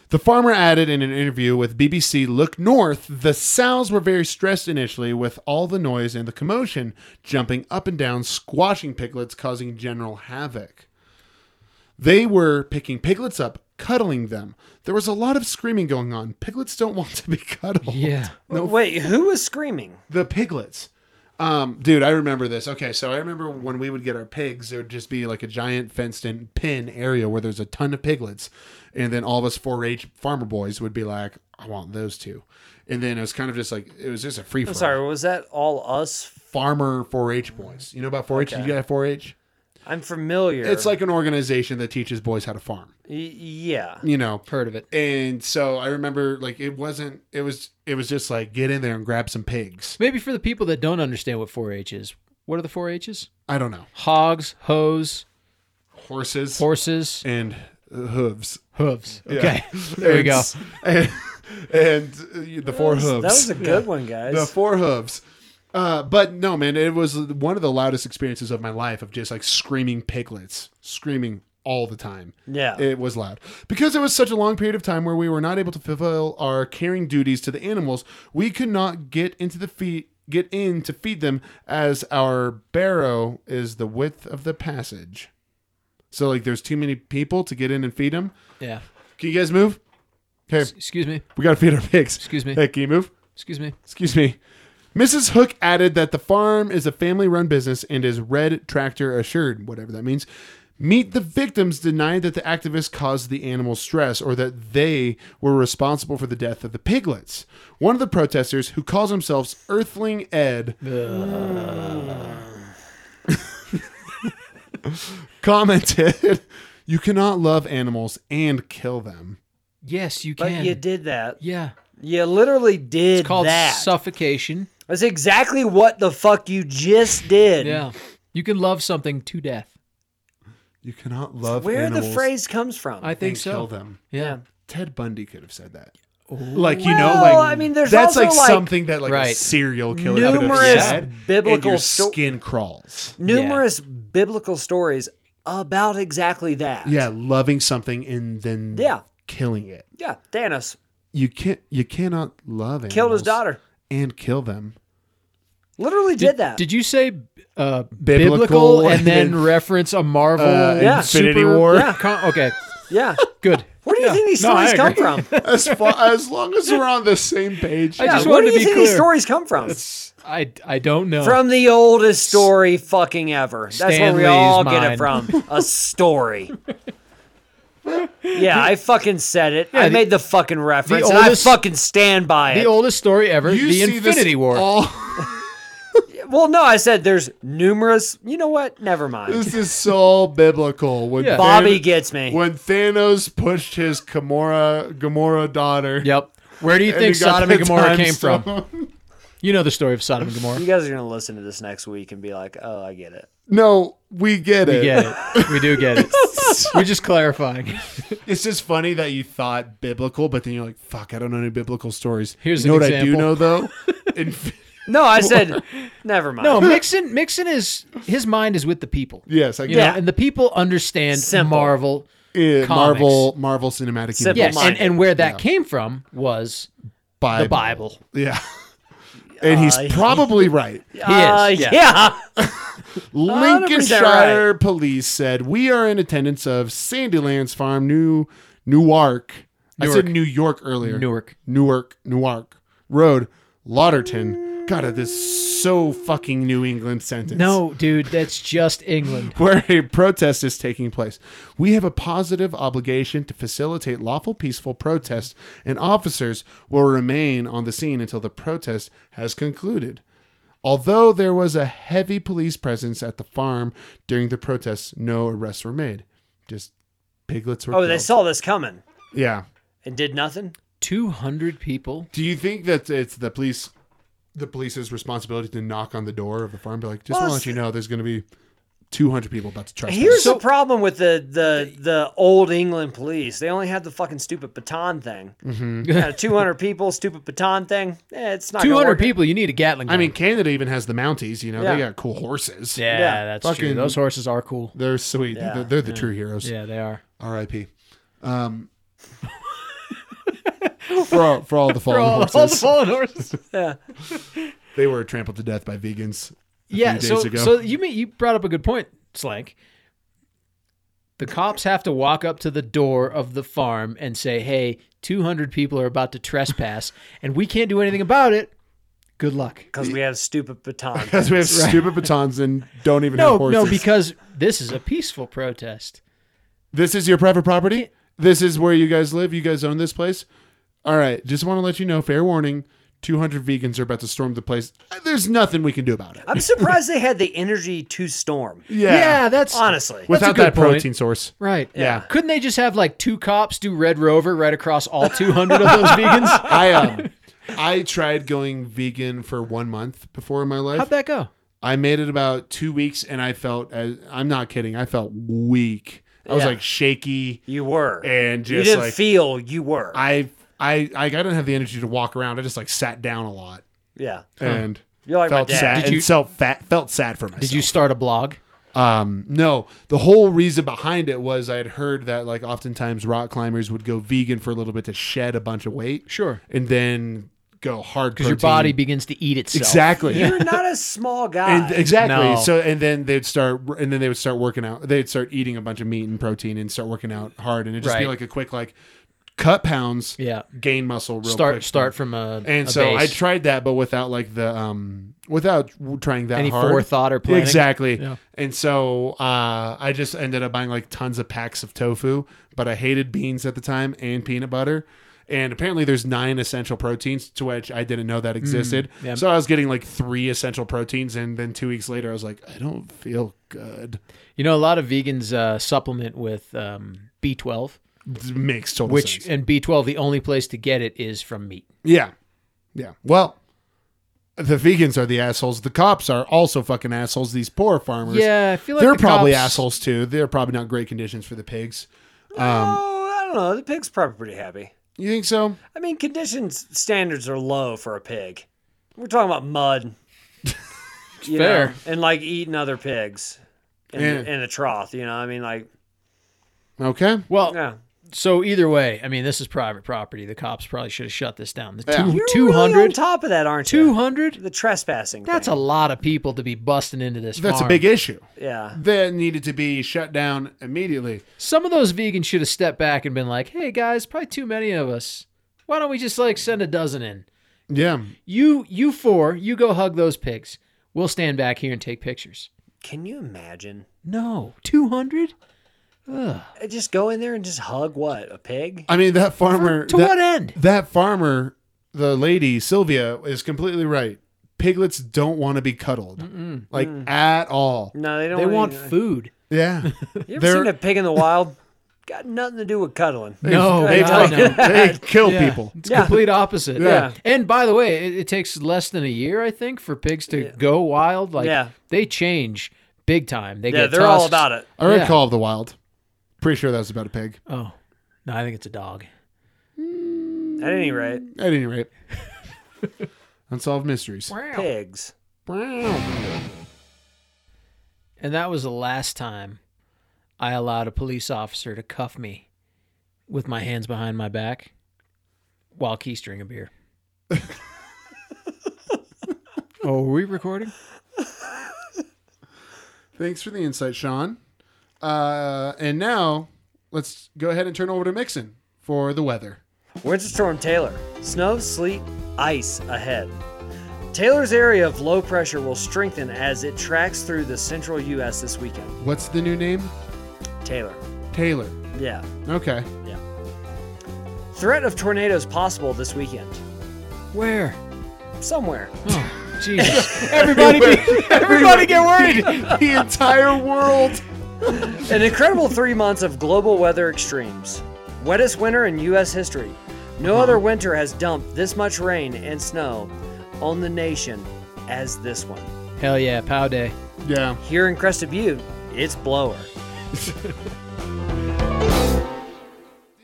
B: The farmer added in an interview with BBC Look North the sows were very stressed initially with all the noise and the commotion, jumping up and down, squashing piglets, causing general havoc. They were picking piglets up, cuddling them. There was a lot of screaming going on. Piglets don't want to be [laughs] cuddled.
C: Yeah.
A: Wait, who was screaming?
B: The piglets. Um, dude, I remember this. Okay, so I remember when we would get our pigs, there would just be like a giant fenced in pen area where there's a ton of piglets. And then all of us 4 H farmer boys would be like, I want those two. And then it was kind of just like, it was just a free for
A: I'm sorry, was that all us?
B: Farmer 4 H boys. You know about 4 H? You got 4 H?
A: I'm familiar.
B: It's like an organization that teaches boys how to farm,
A: Y- yeah.
B: you know.
C: Heard of it.
B: And so I remember like it wasn't, it was, it was just like, get in there and grab some pigs.
C: Maybe for the people that don't understand what 4-H is, what are the 4-H's?
B: I don't know.
C: Hogs, hoes,
B: Horses
C: horses,
B: and uh, hooves.
C: hooves.
B: [laughs]
C: Okay, there we go.
B: It's- And, [laughs] and, uh, the four hooves.
A: That was a good one, guys.
B: the four hooves. Uh, but no, man, it was one of the loudest experiences of my life of just like screaming piglets, screaming all the time.
A: Yeah.
B: It was loud. Because it was such a long period of time where we were not able to fulfill our caring duties to the animals, we could not get into the feed get in to feed them as our barrow is the width of the passage. So like there's too many people to get in and feed them.
C: Yeah.
B: Can you guys move? Okay,
C: Excuse me.
B: we gotta feed our pigs.
C: Excuse me.
B: Hey, can you move?
C: Excuse me.
B: Excuse me. Mrs. Hook added that the farm is a family run business and is red tractor assured, whatever that means. Meet the victims denied that the activists caused the animal stress or that they were responsible for the death of the piglets. One of the protesters, who calls themselves Earthling Ed, [laughs] commented, You cannot love animals and kill them.
C: Yes, you
A: but
C: can.
A: you did that.
C: yeah.
A: You literally did
C: It's called
A: that.
C: suffocation.
A: That's exactly what the fuck you just did.
C: Yeah. You can love something to death.
B: You cannot love
A: Where
B: animals
A: the phrase comes from.
C: I think
B: and
C: so.
B: kill them.
C: Yeah.
B: Ted Bundy could have said that. Like you know,
A: Well,
B: like
A: I mean, there's
B: that's
A: also,
B: like,
A: like,
B: something that like a
C: Right.
B: serial killer could have
A: numerous
B: said, and
A: biblical
B: your
A: sto-
B: skin crawls.
A: Numerous biblical stories about exactly that.
B: Yeah, loving something and then
A: Yeah.
B: killing it.
A: Yeah. Thanos
B: You can't. You cannot love animals.
A: killed his daughter.
B: and kill them.
A: Literally did, that.
C: Did you say uh,
B: Biblical
C: biblical,
B: and
C: and
B: [laughs]
C: then
B: then-
C: reference a Marvel
B: Uh,
A: Yeah.
B: Infinity
C: super-
B: War.
A: Yeah.
C: Con- okay, [laughs]
A: yeah.
C: good.
A: Where do you think these
C: No, I
A: stories come
C: [laughs] agree.
A: from?
B: [laughs] As far as long as we're on the same page.
C: I
A: Yeah,
C: just
A: where do
C: wanted to
A: you
C: be
A: think these
C: clear.
A: stories come from?
C: I I don't
A: [laughs]
C: know.
A: From the oldest story fucking ever. That's where we
C: Stan
A: all
C: Lee's
A: get it
C: mine.
A: from.
C: [laughs]
A: A story. yeah, I fucking said it. I
C: the-
A: made the fucking reference,
C: the
A: and
C: oldest-
A: I fucking stand by
C: the
A: it.
C: oldest story ever,
B: You
C: the
B: see this
C: Infinity War.
B: all- [laughs]
A: well, no, I said there's numerous. You know what? Never mind.
B: this is so biblical. When
C: Yeah.
A: Bobby
B: Than-
A: gets me.
B: when Thanos pushed his Gamora Gamora daughter.
C: yep. Where do you
B: he
C: think
B: got
C: Sodom and
B: the
C: Gomorrah
B: time
C: came from?
B: stone. [laughs]
C: You know the story of Sodom and
A: You
C: Gomorrah.
A: guys are gonna listen to this next week and be like, "Oh, I get it."
B: No, we get it.
C: We get it. We do get it. We're just clarifying.
B: It's just funny that you thought biblical, but then you're like, "Fuck, I don't know any biblical stories."
C: Here's
B: you know
C: an
B: what I do
C: example.
B: know though.
C: [laughs]
B: Inf-
A: No, I said, never mind.
C: No, Mixon. Mixon is his mind is with the people.
B: yes, I
C: You
B: get
C: know,
A: Yeah.
C: and the people understand
A: Simple.
C: Marvel.
B: it.
C: comics.
B: Marvel, Marvel Cinematic Universe.
A: Simple
C: Yes, and,
A: minded.
C: and where that came from was
B: Bible.
C: the Bible.
B: Yeah. [laughs] And he's
A: Uh,
B: probably right.
A: Uh,
C: He is,
A: yeah.
C: yeah.
B: Lincolnshire police said we are in attendance of Sandylands Farm, New Newark. I said
C: Newark.
B: New York earlier.
C: Newark.
B: Newark, Newark Road, Lauderton. God, this is so fucking New England sentence.
C: No, dude, that's just England.
B: [laughs] where a protest is taking place. We have a positive obligation to facilitate lawful, peaceful protest, and officers will remain on the scene until the protest has concluded. Although there was a heavy police presence at the farm during the protests, no arrests were made. Just piglets were.
A: Oh, they
B: killed.
A: saw this coming
B: Yeah.
A: and did nothing.
C: Two hundred people.
B: Do you think that it's the police, the police's responsibility to knock on the door of the farm, be like, just
A: Well,
B: want to let you know, there's going to be 200 people about to trespass.
A: Here's the problem with the, the the old England police. They only have the fucking stupid baton thing.
B: Mm-hmm. [laughs]
A: Got 200 people, stupid baton thing. Eh, it's not gonna
C: Two hundred
A: work.
C: people. You need a Gatling.
B: I
C: gun.
B: mean, Canada even has the Mounties. You know, they
A: Yeah.
B: got cool horses.
C: yeah,
A: yeah,
C: that's true.
B: fucking-
C: Those horses are cool.
B: They're sweet.
A: Yeah.
B: They're, they're the true heroes.
C: Yeah, they are.
B: R.I.P.
C: [laughs]
B: Um, for all for all the fallen horses,
C: horses.
A: Yeah.
B: they were trampled to death by vegans.
C: yeah.
B: few days
C: So,
B: ago.
C: so you mean you brought up a good point, Slank. The cops have to walk up to the door of the farm and say, "Hey, two hundred people are about to trespass, and we can't do anything about it. Good luck."
A: Because we have stupid baton.
B: [laughs] Because we have stupid batons and don't even have
C: No,
B: horses.
C: no, because this is a peaceful protest.
B: This is your private property. This is where you guys live. You guys own this place. All right. Just want to let you know. Fair warning. Two hundred vegans are about to storm the place. Uh, There's nothing we can do about it.
A: I'm surprised they had the energy to storm.
B: Yeah.
C: that's
A: Honestly.
C: That's a
B: Without
C: good
B: that
C: point.
B: protein source.
C: right.
B: Yeah.
C: Couldn't they just have like two cops do Red Rover right across all 200
B: [laughs]
C: of those vegans?
B: I um, I tried going vegan for one month before in my life.
C: How'd that go?
B: I made it about two weeks, and I felt as I'm not kidding. I felt weak. I was
A: Yeah.
B: like shaky,
A: You were.
B: and
A: you
B: just
A: didn't
B: like
A: feel you were.
B: I, I, I, I didn't have the energy to walk around. I just like sat down a lot
A: yeah.
B: and
A: You're like my
B: felt
A: dad.
B: sad.
A: Did
B: and
C: you-
B: felt fat, felt sad for myself.
C: Did you start a blog?
B: Um, no, the whole reason behind it was I had heard that like oftentimes rock climbers would go vegan for a little bit to shed a bunch of weight.
C: Sure.
B: and then go hard
C: Because your
B: protein.
C: body begins to eat itself.
B: exactly.
A: You're not a small guy.
B: [laughs] And exactly.
C: No.
B: So and then they'd start and then they would start working out. They'd start eating a bunch of meat and protein and start working out hard and it'd just be
C: Right.
B: like a quick like cut pounds,
C: Yeah.
B: gain muscle real
C: Start
B: quick.
C: start from a
B: And
C: a
B: so I
C: base.
B: tried that but without like the um without trying that
C: Any
B: hard.
C: forethought or planning.
B: Exactly.
C: Yeah.
B: And so uh, I just ended up buying like tons of packs of tofu, but I hated beans at the time and peanut butter. And apparently there's nine essential proteins to which I didn't know that existed.
C: Mm, yeah.
B: So I was getting like three essential proteins and then 2 weeks later I was like I don't feel good.
C: You know, a lot of vegans uh, supplement with um, B12,
B: It makes total
C: which,
B: sense.
C: and B12, the only place to get it is from meat.
B: Yeah. Yeah. Well, the vegans are the assholes. The cops are also fucking assholes. These poor farmers.
C: Yeah, I feel like
B: They're
C: the
B: probably
C: cops-
B: assholes too. They're probably not great conditions for the pigs. um,
A: oh, I don't know. The pig's probably pretty happy.
B: You think so?
A: I mean, conditions standards are low for a pig. We're talking about mud. you
C: fair.
A: Know, and like eating other pigs in,
B: Yeah.
A: in a trough, you know? I mean, like,
B: Okay.
C: Well,
A: yeah.
C: so either way, I mean, this is private property. The cops probably should have shut this down. The
B: Yeah.
C: two,
A: You're really on
C: 200,
A: top of that, aren't you?
C: 200?
A: The trespassing.
C: That's a
A: thing.
C: lot of people to be busting into this
B: That's a
C: farm.
B: big issue.
A: Yeah.
B: That needed to be shut down immediately.
C: Some of those vegans should have stepped back and been like, hey, guys, probably too many of us. Why don't we just like send a dozen in?
B: Yeah.
C: You, you four, you go hug those pigs. We'll stand back here and take pictures.
A: Can you imagine?
C: No, 200? Ugh.
A: Uh, Just go in there and just hug what? A pig?
B: I mean, that farmer.
C: to
B: that,
C: what end?
B: That farmer, the lady, Sylvia, is completely right. Piglets don't want to be cuddled, like
C: Mm.
B: at all.
A: No, they don't
C: They want
A: even-
C: food. [laughs]
B: Yeah.
A: You ever
B: They're-
A: seen a pig in the wild? Got nothing to do with cuddling.
C: No,
B: They,
C: God,
B: fucking-
C: no.
B: they kill
C: Yeah,
B: people.
C: It's
A: Yeah.
C: complete opposite.
A: Yeah.
C: And by the way, it, it takes less than a year, I think, for pigs to go wild. Like
A: Yeah.
C: they change big time. They
A: Yeah,
C: get
A: they're all
C: tusks.
A: about it.
B: I read
C: Yeah.
B: Call of the Wild. Pretty sure that was about a pig.
C: Oh. No, I think it's a dog.
A: At any rate,
B: At any rate,
C: [laughs]
B: unsolved mysteries.
A: pigs.
C: And that was the last time I allowed a police officer to cuff me with my hands behind my back while keystering
A: [laughs]
C: a beer. oh, are we recording?
B: Thanks for the insight, Sean. Uh, and now let's go ahead and turn over to Mixon for the weather.
A: Winter Storm Taylor. Snow, sleet, ice ahead. Taylor's area of low pressure will strengthen as it tracks through the central U.S. this weekend.
B: What's the new name?
A: Taylor.
B: Taylor.
A: Yeah,
B: Okay. [laughs]
A: yeah. Threat of tornadoes possible this weekend.
C: Where?
A: Somewhere. [laughs]
C: Oh, [laughs] Jesus. Everybody, be, everybody get worried.
B: the entire world.
A: An incredible three months of global weather extremes. Wettest winter in U.S. history. No other
B: Uh-huh.
A: winter has dumped this much rain and snow on the nation as this one.
C: Hell yeah, Pow Day.
B: Yeah.
A: Here in Crested Butte, It's blower.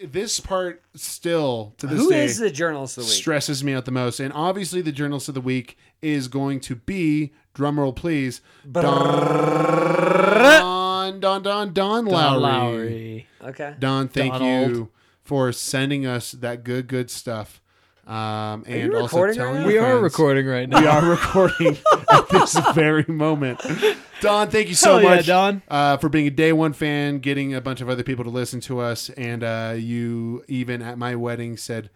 B: This part still to this
A: Who
B: day
A: is the journalist of the week?
B: stresses me out the most, and obviously the journalist of the week is going to be drumroll please, Don Don Don Don
C: Don
B: Lowry.
C: Lowry.
A: okay.
B: Don, thank
C: Donald.
B: you for sending us that good good stuff. Um, and
A: you
B: also
A: recording right
B: telling your
A: now?
C: We are
B: friends.
C: recording [laughs] right
B: We
C: now.
B: are recording [laughs] at this very moment. Don, thank you so
C: Hell yeah,
B: much,
C: Don.
B: uh, for being a day one fan, getting a bunch of other people to listen to us, and uh, you even at my wedding said,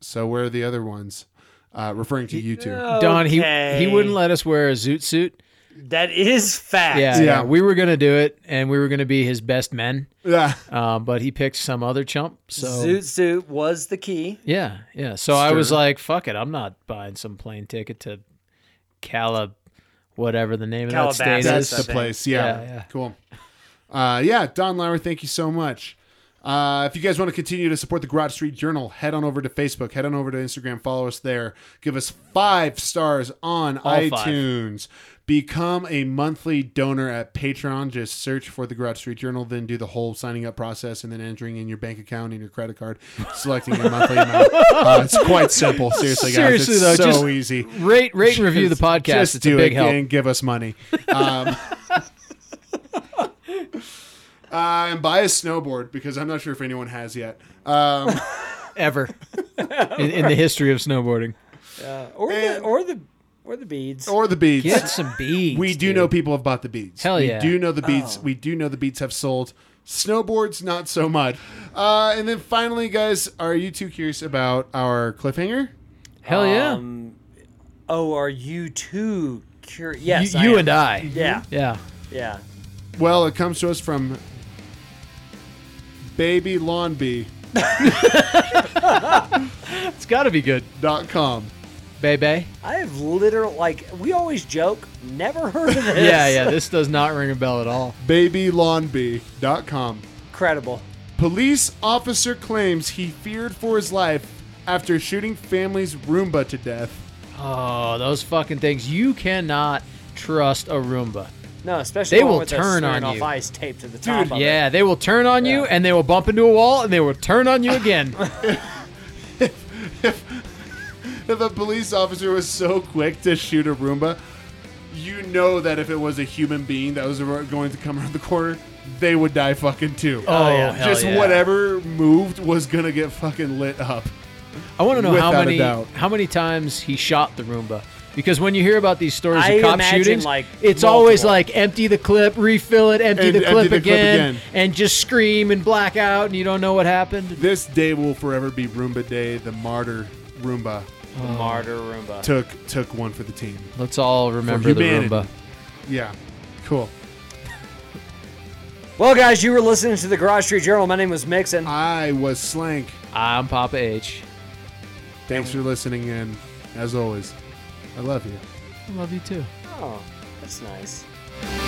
B: "So where are the other ones?" Uh, referring to you two.
C: Don,
A: Okay.
C: he he wouldn't let us wear a zoot suit.
A: That is fact.
C: Yeah,
B: Yeah.
C: yeah, We were gonna do it, and we were gonna be his best men.
B: Yeah,
C: Um, but he picked some other chump. So
A: Zoot suit was the key.
C: yeah, yeah. So I was
B: Sure.
C: like, "Fuck it, I'm not buying some plane ticket to Calab, whatever the name of that state
A: Calabasas.
B: that's
C: is."
A: Yes,
B: the
A: I think.
B: place. Yeah,
C: Yeah, yeah.
B: cool. Uh, yeah, Don Lauer, thank you so much. Uh, if you guys want to continue to support the Garage Street Journal, head on over to Facebook, head on over to Instagram, follow us there. Give us five stars on
C: All five.
B: iTunes. Become a monthly donor at Patreon. Just search for the Garage Street Journal, then do the whole signing up process and then entering in your bank account and your credit card, selecting your monthly
C: [laughs]
B: amount. Uh, it's quite simple. Seriously, guys.
C: Seriously,
B: it's
C: though,
B: so
C: just-
B: easy.
C: Rate, rate, and review the podcast.
B: Just
C: it's
B: do
C: a big
B: it
C: help.
B: and give us money. Um, [laughs] uh, and buy a snowboard because I'm not sure if anyone has yet. Um,
C: [laughs] Ever in, in the history of snowboarding,
A: Uh, Or the
B: And-
A: or the or the beads.
B: or the beads.
C: get some beads.
B: we do
C: dude.
B: know people have bought the beads.
C: Hell
B: we
C: yeah.
B: do know the beads. We do know the beads have sold. Snowboards, not so much. Uh, and then finally, guys, are you too curious about our cliffhanger?
C: Hell yeah.
A: Um, oh, are you too curious? Yes,
C: you you
A: am.
C: and I.
A: Yeah,
C: Yeah.
A: yeah.
B: Well, it comes to us from babylawnbee.com.
C: It's got to be good, baby.
A: I have literal like we always joke. Never heard
C: [laughs]
A: of this.
C: Yeah, yeah. This does not ring a bell at all.
B: Babylawnbee.com.
A: Incredible.
B: Police officer claims he feared for his life after shooting family's Roomba to death. [laughs]
C: Oh, those fucking things. You cannot trust a Roomba.
A: No, especially
C: They
A: one
C: will
A: with
C: turn
A: a
C: on
A: off
C: you.
A: ice taped to the top of it.
C: Yeah, they will turn on you and they will bump into a wall and they will turn on you again.
B: If a police officer was so quick to shoot a Roomba, you know that if it was a human being that was going to come around the corner, they would die fucking too.
C: Oh, yeah. hell
B: Just
C: yeah.
B: whatever moved was gonna get fucking lit up.
C: I want to know how
B: Without a
C: many
B: doubt.
C: how many times he shot the Roomba. Because when you hear about these stories
A: I
C: of cop
A: imagine,
C: shootings,
A: like,
C: it's always
A: multiple.
C: like empty the clip, refill it, empty,
B: And
C: the,
B: empty
C: clip,
B: the clip
C: again,
B: again.
C: and just scream and black out and you don't know what happened.
B: This day will forever be Roomba Day. The martyr Roomba
A: The martyr Roomba.
B: took took one for the team.
C: Let's all remember the
B: humanity.
C: Roomba.
B: Yeah, cool.
A: Well, guys, you were listening to the Garage Street Journal. My name was Mixon.
C: Uh,
B: I was Slank.
C: I'm Papa H.
B: Thanks for listening, and as always, I love you.
C: I love you too.
A: Oh, that's nice.
C: Bye.